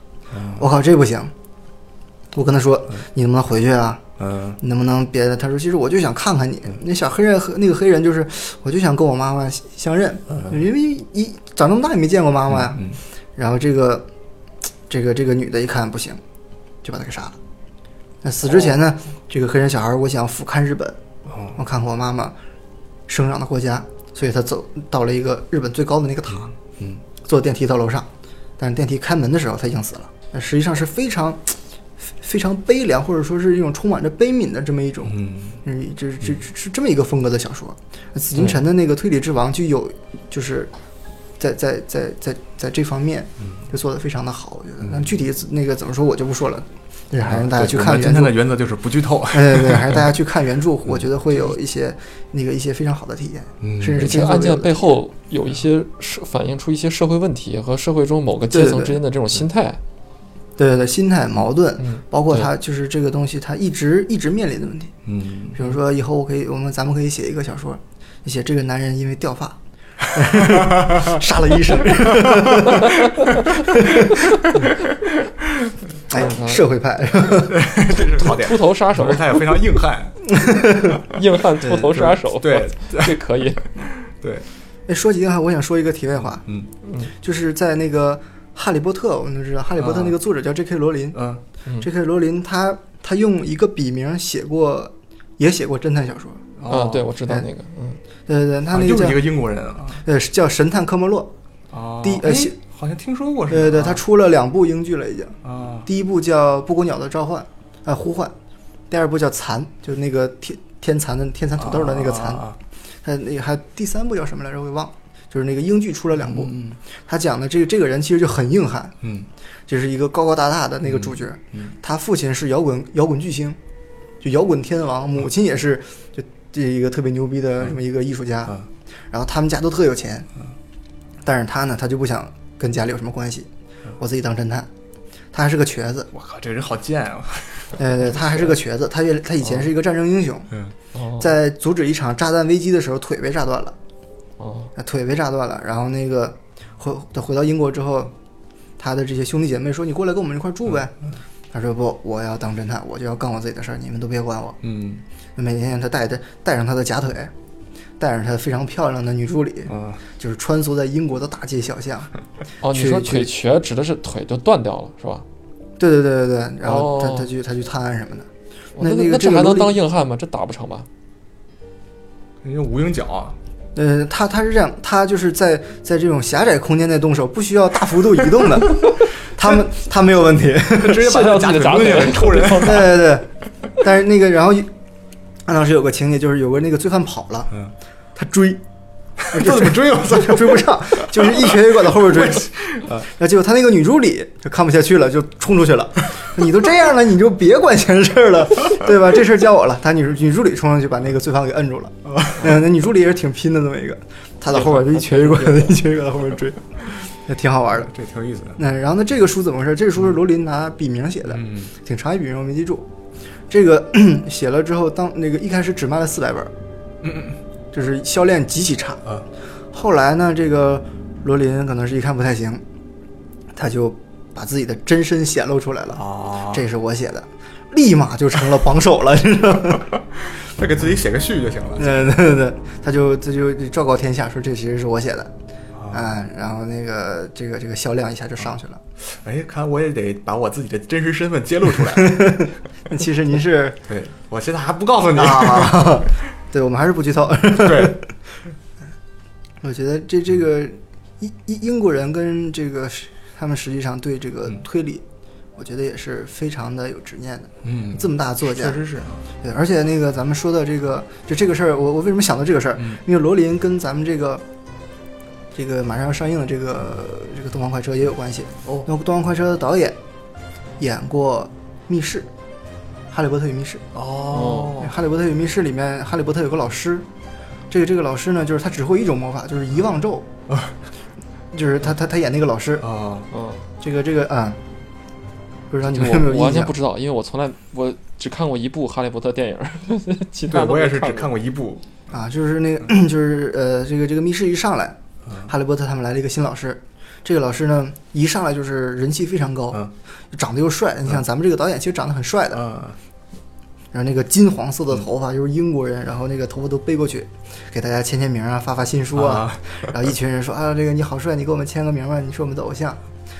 Speaker 4: 我靠，这不行！我跟他说，你能不能回去啊？
Speaker 3: 嗯
Speaker 4: 你能不能别的？他说，其实我就想看看你。那小黑人和那个黑人就是，我就想跟我妈妈相认，因为一长这么大也没见过妈妈呀。
Speaker 3: 嗯
Speaker 4: 然后这个这个这个女的一看不行，就把他给杀了。那死之前呢，这个黑人小孩，我想俯瞰日本，
Speaker 3: 哦
Speaker 4: 我看看我妈妈生长的国家，所以他走到了一个日本最高的那个塔，
Speaker 3: 嗯
Speaker 4: 坐电梯到楼上，但是电梯开门的时候他已经死了。那实际上是非常非常悲凉，或者说是一种充满着悲悯的这么一种，
Speaker 3: 嗯
Speaker 4: 嗯，这这这是这么一个风格的小说。紫禁城的那个推理之王就有就是在在在在在这方面就做得非常的好，我觉得。但具体那个怎么说，我就不说了，嗯对，还是大家去
Speaker 3: 对我
Speaker 4: 看
Speaker 3: 们今
Speaker 4: 原著
Speaker 3: 天的。原则就是不剧透。
Speaker 4: 哎， (laughs) 对，还是大家去看原著，我觉得会有一些那个一些非常好的体验，
Speaker 3: 嗯
Speaker 4: 甚至是
Speaker 2: 这
Speaker 4: 前
Speaker 2: 个
Speaker 4: 所
Speaker 2: 案
Speaker 4: 未有
Speaker 2: 件
Speaker 4: 的
Speaker 2: 背后有一些社反映出一些社会问题和社会中某个阶层之间的这种心态。
Speaker 4: 对对对，心态矛盾，
Speaker 2: 嗯，
Speaker 4: 包括
Speaker 2: 对
Speaker 4: 他就是这个东西，他一直一直面临的问题。
Speaker 3: 嗯，
Speaker 4: 比如说，以后我可以，我们咱们可以写一个小说，写这个男人因为
Speaker 3: (laughs)
Speaker 4: 掉发杀了医生。
Speaker 3: 嗯
Speaker 4: 哎，社会派， (laughs)
Speaker 3: 这是槽点。
Speaker 2: 秃头杀手
Speaker 3: 而，且他也非常硬汉。
Speaker 2: 硬汉秃头杀手，
Speaker 3: 对
Speaker 2: 我， (laughs) 这可以。
Speaker 3: 对，
Speaker 4: 哎，说起还我想说一个题外话，
Speaker 3: 嗯
Speaker 4: 就是在那个《哈利波特》，我们都知道，《哈利波特》那个作者叫 J.K. 罗琳、
Speaker 3: 嗯
Speaker 4: j k 罗琳他他用一个笔名写过，也写过侦探小说。
Speaker 2: 啊，对，我知道
Speaker 4: 哎
Speaker 2: 那个，嗯，
Speaker 4: 对对对，他
Speaker 3: 啊
Speaker 4: 那个
Speaker 3: 又
Speaker 4: 叫、
Speaker 3: 是一个英国人啊。
Speaker 4: 呃是叫神探科莫洛，
Speaker 3: 哦
Speaker 4: 第呃
Speaker 3: 哎
Speaker 4: 西
Speaker 3: 好像听说过是吧？
Speaker 4: 对对对，他出了两部英剧了已经。
Speaker 3: 啊，
Speaker 4: 第一部叫《布谷鸟的召唤》，呃，呼唤；第二部叫《蚕》，就是那个天天蚕的天蚕土豆的那个蚕。
Speaker 3: 啊
Speaker 4: 还有那个还有第三部叫什么来着？我给忘了。就是那个英剧出了两部，
Speaker 3: 嗯
Speaker 4: 他讲的这个这个人其实就很硬汉，
Speaker 3: 嗯
Speaker 4: 就是一个高高大大的那个主角。
Speaker 3: 嗯
Speaker 4: 他父亲是摇滚摇滚巨星，就摇滚天
Speaker 3: 嗯
Speaker 4: 王，母亲也是就这一个特别牛逼的这么一个艺术家。
Speaker 3: 嗯
Speaker 4: 然后他们家都特有钱，但是他呢，他就不想跟家里有什么关系，
Speaker 3: 嗯
Speaker 4: 我自己当侦探。他还是个瘸子，
Speaker 3: 我靠，这人好贱啊！
Speaker 4: 对对，呃他还是个瘸子，他原他以前是一个战争英雄，
Speaker 3: 嗯
Speaker 2: 哦
Speaker 4: 哎在阻止一场炸弹危机的时候，腿被炸断了，
Speaker 2: 哦，
Speaker 4: 啊腿被炸断了。然后那个回他回到英国之后，他的这些兄弟姐妹说：“你过来跟我们一块儿住呗。”
Speaker 2: 嗯
Speaker 4: 他说：“不，我要当侦探，我就要干我自己的事儿，你们都别管我。
Speaker 3: 嗯”
Speaker 4: 每天他带着带上他的假腿，带上他非常漂亮的女助理，
Speaker 3: 啊，
Speaker 4: 就是穿梭在英国的大街小巷。
Speaker 2: 哦，你
Speaker 4: 去
Speaker 2: 说
Speaker 4: 去
Speaker 2: 腿瘸指的是腿就断掉了，是吧？
Speaker 4: 对对对对对，然后他、
Speaker 2: 哦
Speaker 4: 他去他去探案什么的。
Speaker 2: 哦
Speaker 4: 那
Speaker 2: 那
Speaker 4: 那个
Speaker 2: 这
Speaker 4: 这个
Speaker 2: 还能
Speaker 4: 萝莉
Speaker 2: 当硬汉吗？这打不成吧？
Speaker 3: 人家无影脚啊，
Speaker 4: 呃，他他是这样，他就是在在这种狭窄空间内动手，不需要大幅度移动的，他们他没有问题。
Speaker 3: 直接把
Speaker 2: 卸掉
Speaker 3: 他假
Speaker 2: 自己
Speaker 3: 腿
Speaker 2: 的假
Speaker 3: 抡起来
Speaker 2: 腿
Speaker 3: 抽人。
Speaker 4: 对对对，但是那个然后，安老师有个情节就是有个那个罪犯跑了，
Speaker 3: 嗯
Speaker 4: 他
Speaker 3: (laughs)
Speaker 4: 追，
Speaker 3: 这怎么追我？
Speaker 4: 他追不上，就是一瘸一拐的后
Speaker 3: (laughs)
Speaker 4: 边追，然后结果他那个女助理就看不下去了，就冲出去了。你都这样了，你就别管闲事儿了，对吧？这事儿交我了。他女女助理冲上去把那个罪犯给摁住了。
Speaker 3: 哦
Speaker 4: 嗯，那女助理也是挺拼的那么一个，他在后边就一瘸一拐的，一瘸一拐的后边追，也挺好玩的。
Speaker 3: 这挺有意思的。
Speaker 4: 那然后呢，这个书怎么回事？这个书是罗琳拿笔名写的，
Speaker 3: 嗯
Speaker 4: 挺长一笔名，我没记住。这个 (clears throat) 写了之后，当那个一开始只卖了四百本儿，
Speaker 3: 嗯
Speaker 4: 就是销量极其差。
Speaker 3: 啊
Speaker 4: 后来呢，这个罗琳可能是一看不太行，他就把自己的真身显露出来了。
Speaker 3: 啊，
Speaker 4: 这是我写的，立马就成了榜首
Speaker 3: (laughs)
Speaker 4: 了，你知道吗？ (laughs)
Speaker 3: 他给自己写个序就行了。
Speaker 4: 对对对对，他就他就昭告天下说这其实是我写的，啊，然后那个这个这个销量一下就上去了。
Speaker 3: 哎，看我也得把我自己的真实身份揭露出来。 (laughs)
Speaker 4: 那其实您是 (laughs)
Speaker 3: 对，我现在还不告诉你。
Speaker 4: 啊，对，我们还是不剧透。
Speaker 3: (laughs) 对，
Speaker 4: 我觉得这这
Speaker 3: 嗯
Speaker 4: 个英英英国人跟这个是他们实际上对这个
Speaker 3: 嗯
Speaker 4: 推理，我觉得也是非常的有执念的。
Speaker 3: 嗯，
Speaker 4: 这么大的作家
Speaker 3: 确，实是。
Speaker 4: 对，而且那个咱们说的这个，就这个事儿，我我为什么想到这个事儿？
Speaker 3: 嗯
Speaker 4: 因为罗琳跟咱们这个这个马上要上映的这个这个《东方快车》也有关系。
Speaker 3: 哦，
Speaker 4: 那《东方快车》的导演演过《密室》，《哈利波特与密室》。
Speaker 3: 哦
Speaker 4: 哈利波特与密室》里面，哈利波特有个老师，这个这个老师呢，就是他只会一种魔法，就是遗忘咒，就是他他他演那个老师，
Speaker 3: 啊，
Speaker 2: 嗯，
Speaker 4: 这个这个啊、不知道你们有哦没有
Speaker 2: 我我完
Speaker 4: 印
Speaker 2: 全
Speaker 4: 象
Speaker 2: 不？知道，因为我从来我只看过一部《哈利波特》电影， (laughs) 其
Speaker 3: 对
Speaker 2: 他都
Speaker 3: 我
Speaker 2: 没
Speaker 3: 也是只
Speaker 2: 过
Speaker 3: 看过一部。
Speaker 4: 啊，就是那个
Speaker 2: 嗯
Speaker 4: (clears throat) 就是呃，这个这个密室一上来，哈利波特他们来了一个新老师，这个老师呢一上来就是人气非常高，
Speaker 3: 嗯
Speaker 4: 长得又帅，你想咱们这个导演其实长得很帅的，
Speaker 3: 嗯
Speaker 4: 然后那个金黄色的头发就是英国人，然后那个头发都背过去，给大家签签名啊，发发新书啊。然后一群人说啊，这个你好帅，你给我们签个名吧，你是我们的偶像，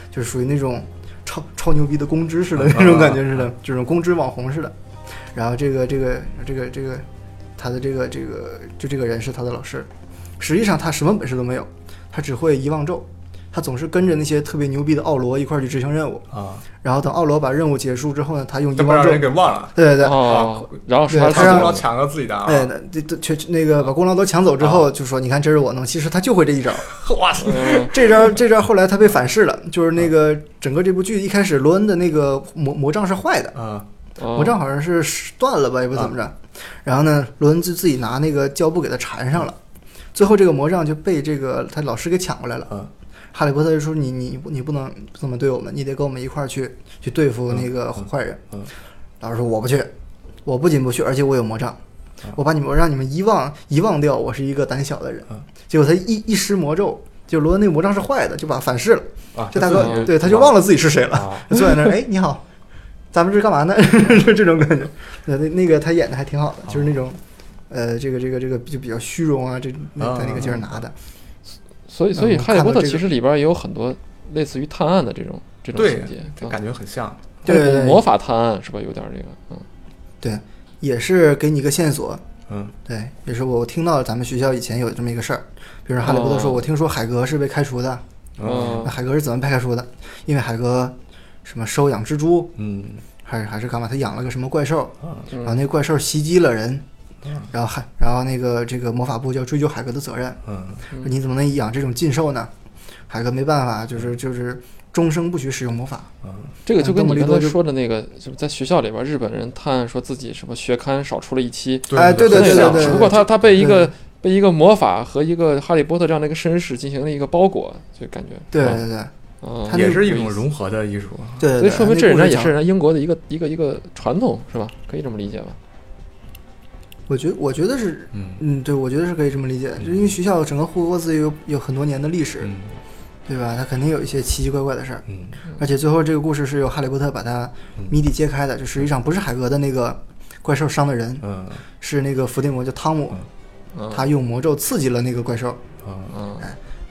Speaker 4: 就是属于那种超超牛逼的公知似的那种感觉似的，这种公知网红似的。然后这个这个这个这个他的这个这个就这个人是他的老师，实际上他什么本事都没有，他只会遗忘咒，他总是跟着那些特别牛逼的奥罗一块儿去执行任务，
Speaker 3: 啊，
Speaker 4: 然后等奥罗把任务结束之后呢，他用遗
Speaker 3: 这不
Speaker 4: 忘
Speaker 3: 让
Speaker 4: 咒
Speaker 3: 人，给忘了，
Speaker 4: 对对对，
Speaker 2: 哦，然后说
Speaker 4: 对
Speaker 2: 他
Speaker 4: 他
Speaker 2: 是
Speaker 4: 让
Speaker 3: 功劳抢了自己的啊，
Speaker 4: 哎，那这这全那个把功劳都抢走之后，就说你看这是我弄，其实他就会这一招，
Speaker 3: (laughs) 哇塞，
Speaker 2: 嗯
Speaker 4: 这招这招后来他被反噬了，就是那个整个这部剧一开始罗恩的那个魔魔杖是坏的，
Speaker 3: 啊，
Speaker 2: 哦
Speaker 4: 魔杖好像是断了吧，也不怎么着，然后呢，罗恩就自己拿那个胶布给他缠上了，最后这个魔杖就被这个他老师给抢过来
Speaker 3: 嗯
Speaker 4: 了。哈利波特就说：“你你你不能这么对我们，你得跟我们一块儿去去对付那个坏人。
Speaker 3: 嗯嗯
Speaker 4: 老师说：“我不去，我不仅不去，而且我有魔杖，我把你们我让你们遗忘遗忘掉我是一个胆小的人。
Speaker 3: 嗯
Speaker 4: 结果他一一施魔咒，就罗恩那魔杖是坏的，就把反噬了。
Speaker 3: 啊，
Speaker 4: 这大
Speaker 2: 自己
Speaker 4: 哥对他就忘了自己是谁了，
Speaker 3: 了，
Speaker 4: (laughs) 就坐在那儿，哎，你好，咱们这是干嘛呢？ (laughs) 就这种感觉。那那那个他演的还挺好的，就是那种，呃，这个这个这个就比较虚荣啊，这那他那个劲儿拿的，
Speaker 2: 所以，所以
Speaker 4: 嗯
Speaker 2: 《哈利波特
Speaker 4: 看到这》个
Speaker 2: 其实里边也有很多类似于探案的这种这种
Speaker 3: 对
Speaker 2: 情节，
Speaker 3: 这
Speaker 2: 啊
Speaker 3: 感觉很像，
Speaker 4: 对对对
Speaker 2: 魔法探案是吧？有点这个，嗯，
Speaker 4: 也是给你一个线索。
Speaker 3: 嗯，
Speaker 4: 对，比如说我听到咱们学校以前有这么一个事儿，比如说哈利波特说，
Speaker 2: 哦
Speaker 4: 我听说海格是被开除的，
Speaker 2: 哦
Speaker 4: 那海格是怎么被开除的？因为海格什么收养蜘蛛，
Speaker 3: 嗯，
Speaker 4: 还是还是干嘛？他养了个什么怪兽，
Speaker 2: 嗯
Speaker 4: 然后那怪兽袭击了人
Speaker 3: 嗯，
Speaker 4: 然后海，然后那个这个魔法部就要追究海格的责任。
Speaker 3: 嗯，
Speaker 2: 嗯
Speaker 4: 你怎么能养这种禁兽呢？海哥没办法，就是就是终生不许使用魔法。
Speaker 3: 嗯
Speaker 2: 这个就跟
Speaker 4: 邓布
Speaker 2: 你
Speaker 4: 利
Speaker 2: 刚
Speaker 4: 多
Speaker 2: 才
Speaker 4: 就
Speaker 2: 说的那个，就是在学校里边，日本人探案说自己什么学刊少出了一期，
Speaker 4: 哎对对
Speaker 2: 那
Speaker 4: 对
Speaker 2: 个
Speaker 4: 对对
Speaker 2: 只
Speaker 4: 对
Speaker 2: 不过他他被一个
Speaker 4: 对
Speaker 2: 被一个魔法和一个哈利波特这样的一个绅士进行了一个包裹，就感觉
Speaker 4: 对
Speaker 2: 啊
Speaker 4: 对对
Speaker 2: 啊
Speaker 4: 他那
Speaker 3: 也
Speaker 4: 个
Speaker 3: 是一种融合的艺术，
Speaker 4: 对对，
Speaker 2: 所以说明这
Speaker 4: 人
Speaker 2: 人家也是人家英国的一个一个一个传统，是吧？可以这么理解吧？
Speaker 4: 我觉我觉得是，
Speaker 3: 嗯
Speaker 4: 嗯，对，我觉得是可以这么理解，
Speaker 2: 嗯
Speaker 4: 就因为学校整个霍格沃兹有有很多年的历史，
Speaker 3: 嗯
Speaker 4: 对吧？它肯定有一些奇奇怪怪的事儿，
Speaker 3: 嗯
Speaker 4: 而且最后这个故事是由哈利波特把它
Speaker 2: 嗯
Speaker 4: 谜底揭开的，就实际上不是海格的那个怪兽伤的人，
Speaker 3: 嗯
Speaker 4: 是那个伏地魔叫汤姆，
Speaker 2: 嗯
Speaker 4: 他用魔咒刺激了那个怪兽，
Speaker 3: 嗯，
Speaker 2: 嗯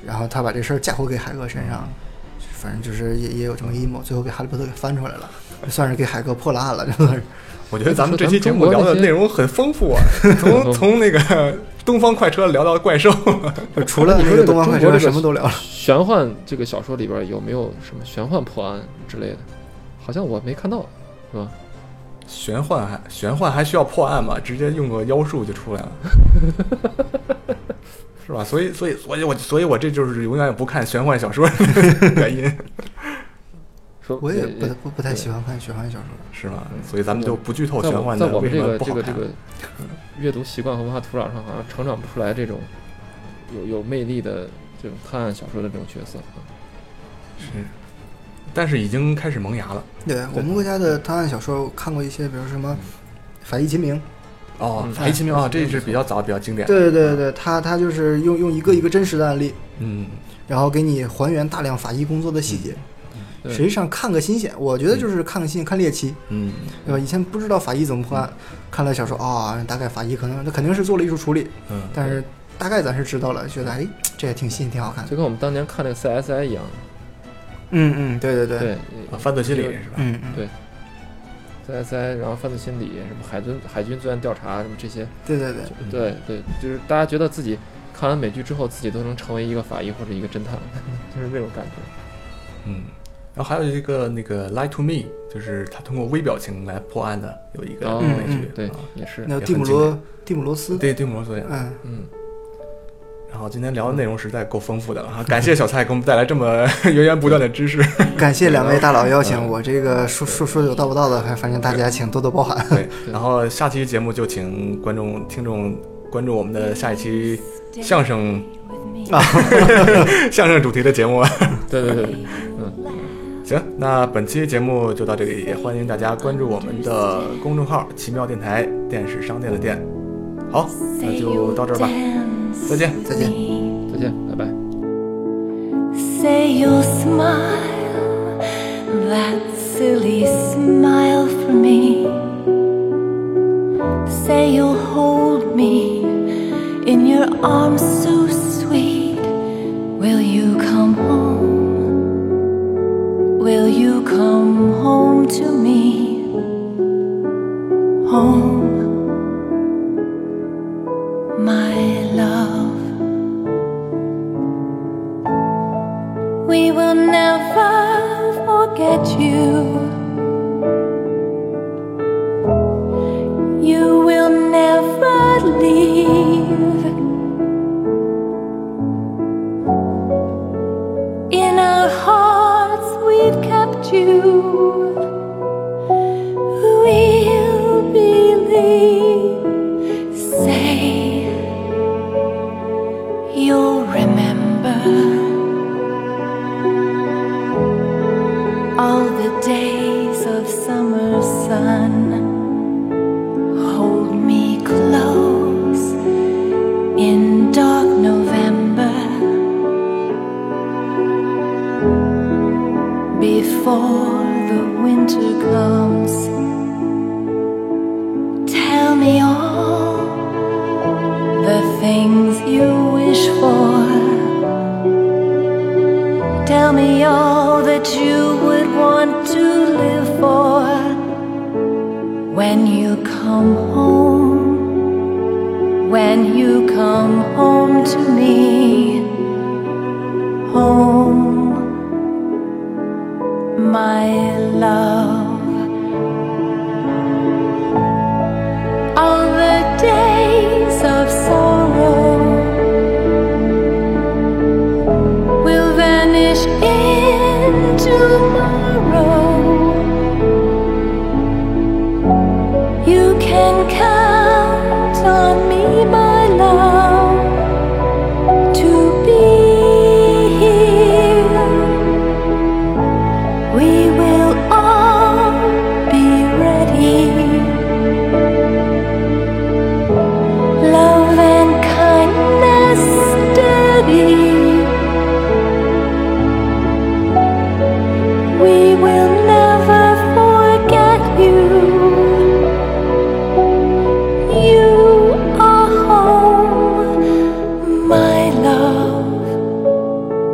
Speaker 4: 然后他把这事儿嫁祸给海格身上，反正就是也也有这么阴谋，最后给哈利波特给翻出来了， (laughs) 算是给海哥破了案了，真的是。
Speaker 3: 我觉得咱们这期节目聊的内容很丰富
Speaker 2: (laughs)
Speaker 3: 啊，从从那个东方快车聊到怪兽，
Speaker 4: 就呃除了那个东方快车，什么都聊了。
Speaker 2: 玄幻这个小说里边有没有什么玄幻破案之类的？好像我没看到，是吧？
Speaker 3: 玄幻还玄幻还需要破案吗？直接用个妖术就出
Speaker 2: (laughs)
Speaker 3: 来了，是吧？所以所以所以我所以我这就是永远不看玄幻小说
Speaker 2: (laughs)
Speaker 3: 的原因，
Speaker 2: 说
Speaker 4: 我也不不不太喜欢看玄幻小说，
Speaker 3: 是吗？所以咱们就不剧透
Speaker 2: 在
Speaker 3: 玄
Speaker 2: 我
Speaker 3: 幻
Speaker 2: 在
Speaker 3: 的
Speaker 2: 我
Speaker 3: 为什
Speaker 2: 们这
Speaker 3: 么
Speaker 2: 个
Speaker 3: 不
Speaker 2: 这
Speaker 3: 好
Speaker 2: 个这
Speaker 3: 看
Speaker 2: 个阅读习惯和文化土壤上，好像成长不出来这种有有魅力的这种探案小说的这种角色。
Speaker 3: 是，但是已经开始萌芽了
Speaker 4: 对我们国家的探案小说，我看过一些，比如什么《法医秦明》，
Speaker 3: 哦
Speaker 2: 嗯
Speaker 3: 黑奇明啊，这是比较早比较经典，
Speaker 4: 对对对对，他他就是用用一个一个真实的案例，
Speaker 3: 嗯
Speaker 4: 然后给你还原大量法医工作的细节。
Speaker 2: 对
Speaker 4: 实际上看个新鲜，我觉得就是看个新鲜，看猎奇，
Speaker 3: 嗯
Speaker 4: 对吧？以前不知道法医怎么破案，看了小说啊、大概法医可能他肯定是做了艺术处理，
Speaker 3: 嗯，
Speaker 4: 但是大概咱是知道了，觉得哎，这也挺新，挺好
Speaker 3: 嗯
Speaker 4: 看的。
Speaker 2: 就跟我们当年看那个 CSI 一样，
Speaker 4: 嗯嗯，对对对，
Speaker 2: 对
Speaker 3: 啊犯罪心理是吧？
Speaker 4: 嗯嗯，
Speaker 2: 对 CSI，然后犯罪心理，什么海军海军罪案调查，什么这些，
Speaker 4: 对对对，
Speaker 3: 嗯
Speaker 2: 对对，就是大家觉得自己看完美剧之后，自己都能成为一个法医或者一个侦探， (laughs) 就是那种感觉。
Speaker 3: 嗯，然后还有一个那个《Lie to Me》，就是他通过微表情来破案的，有一个
Speaker 2: 哦
Speaker 3: 美剧
Speaker 4: 嗯，
Speaker 2: 对
Speaker 3: 啊，
Speaker 2: 也是，
Speaker 4: 那
Speaker 3: 也
Speaker 4: 个蒂
Speaker 3: 很
Speaker 4: 姆
Speaker 3: 经
Speaker 4: 罗蒂姆罗斯，
Speaker 3: 对对摩斯演的。
Speaker 4: 嗯，
Speaker 2: 嗯，
Speaker 3: 然后今天聊的内容实在够丰富的了哈，感谢小蔡给我们带来这么 (laughs) 源源不断的知识。
Speaker 4: 感谢两位大佬邀请，我这个说说说有道不道的，还反正大家请多多包涵。
Speaker 3: 对，然后下期节目就请观众听众关注我们的下一期相声啊相声主题的节目。 (laughs)
Speaker 2: 对对对对。
Speaker 3: 行，那本期节目就到这里，也欢迎大家关注我们的公众号“奇妙电台”，电是商店的店。好，那就到这儿吧，再见。
Speaker 4: 再见。
Speaker 2: 再见，拜拜。
Speaker 5: Say you'll smile, that silly smile for me. Say you'll hold me in your arms so sweet. Will you come home? Will you come home to me? Home, my love. We you. You will never leave. In our hearts, we've kept you. We'll believe. Say you'll remember all the days of summer sun. Hold me close in dark November. before the winter comes. Tell me all the things you wish for. Tell me all that you would want to live for when you come home. When you come home to me, home my love. All the days of sorrow will vanish in tomorrow. You can count on me, my love, to be here. We will all be ready. Love and kindness steady. We will never forget you. You are home, my love.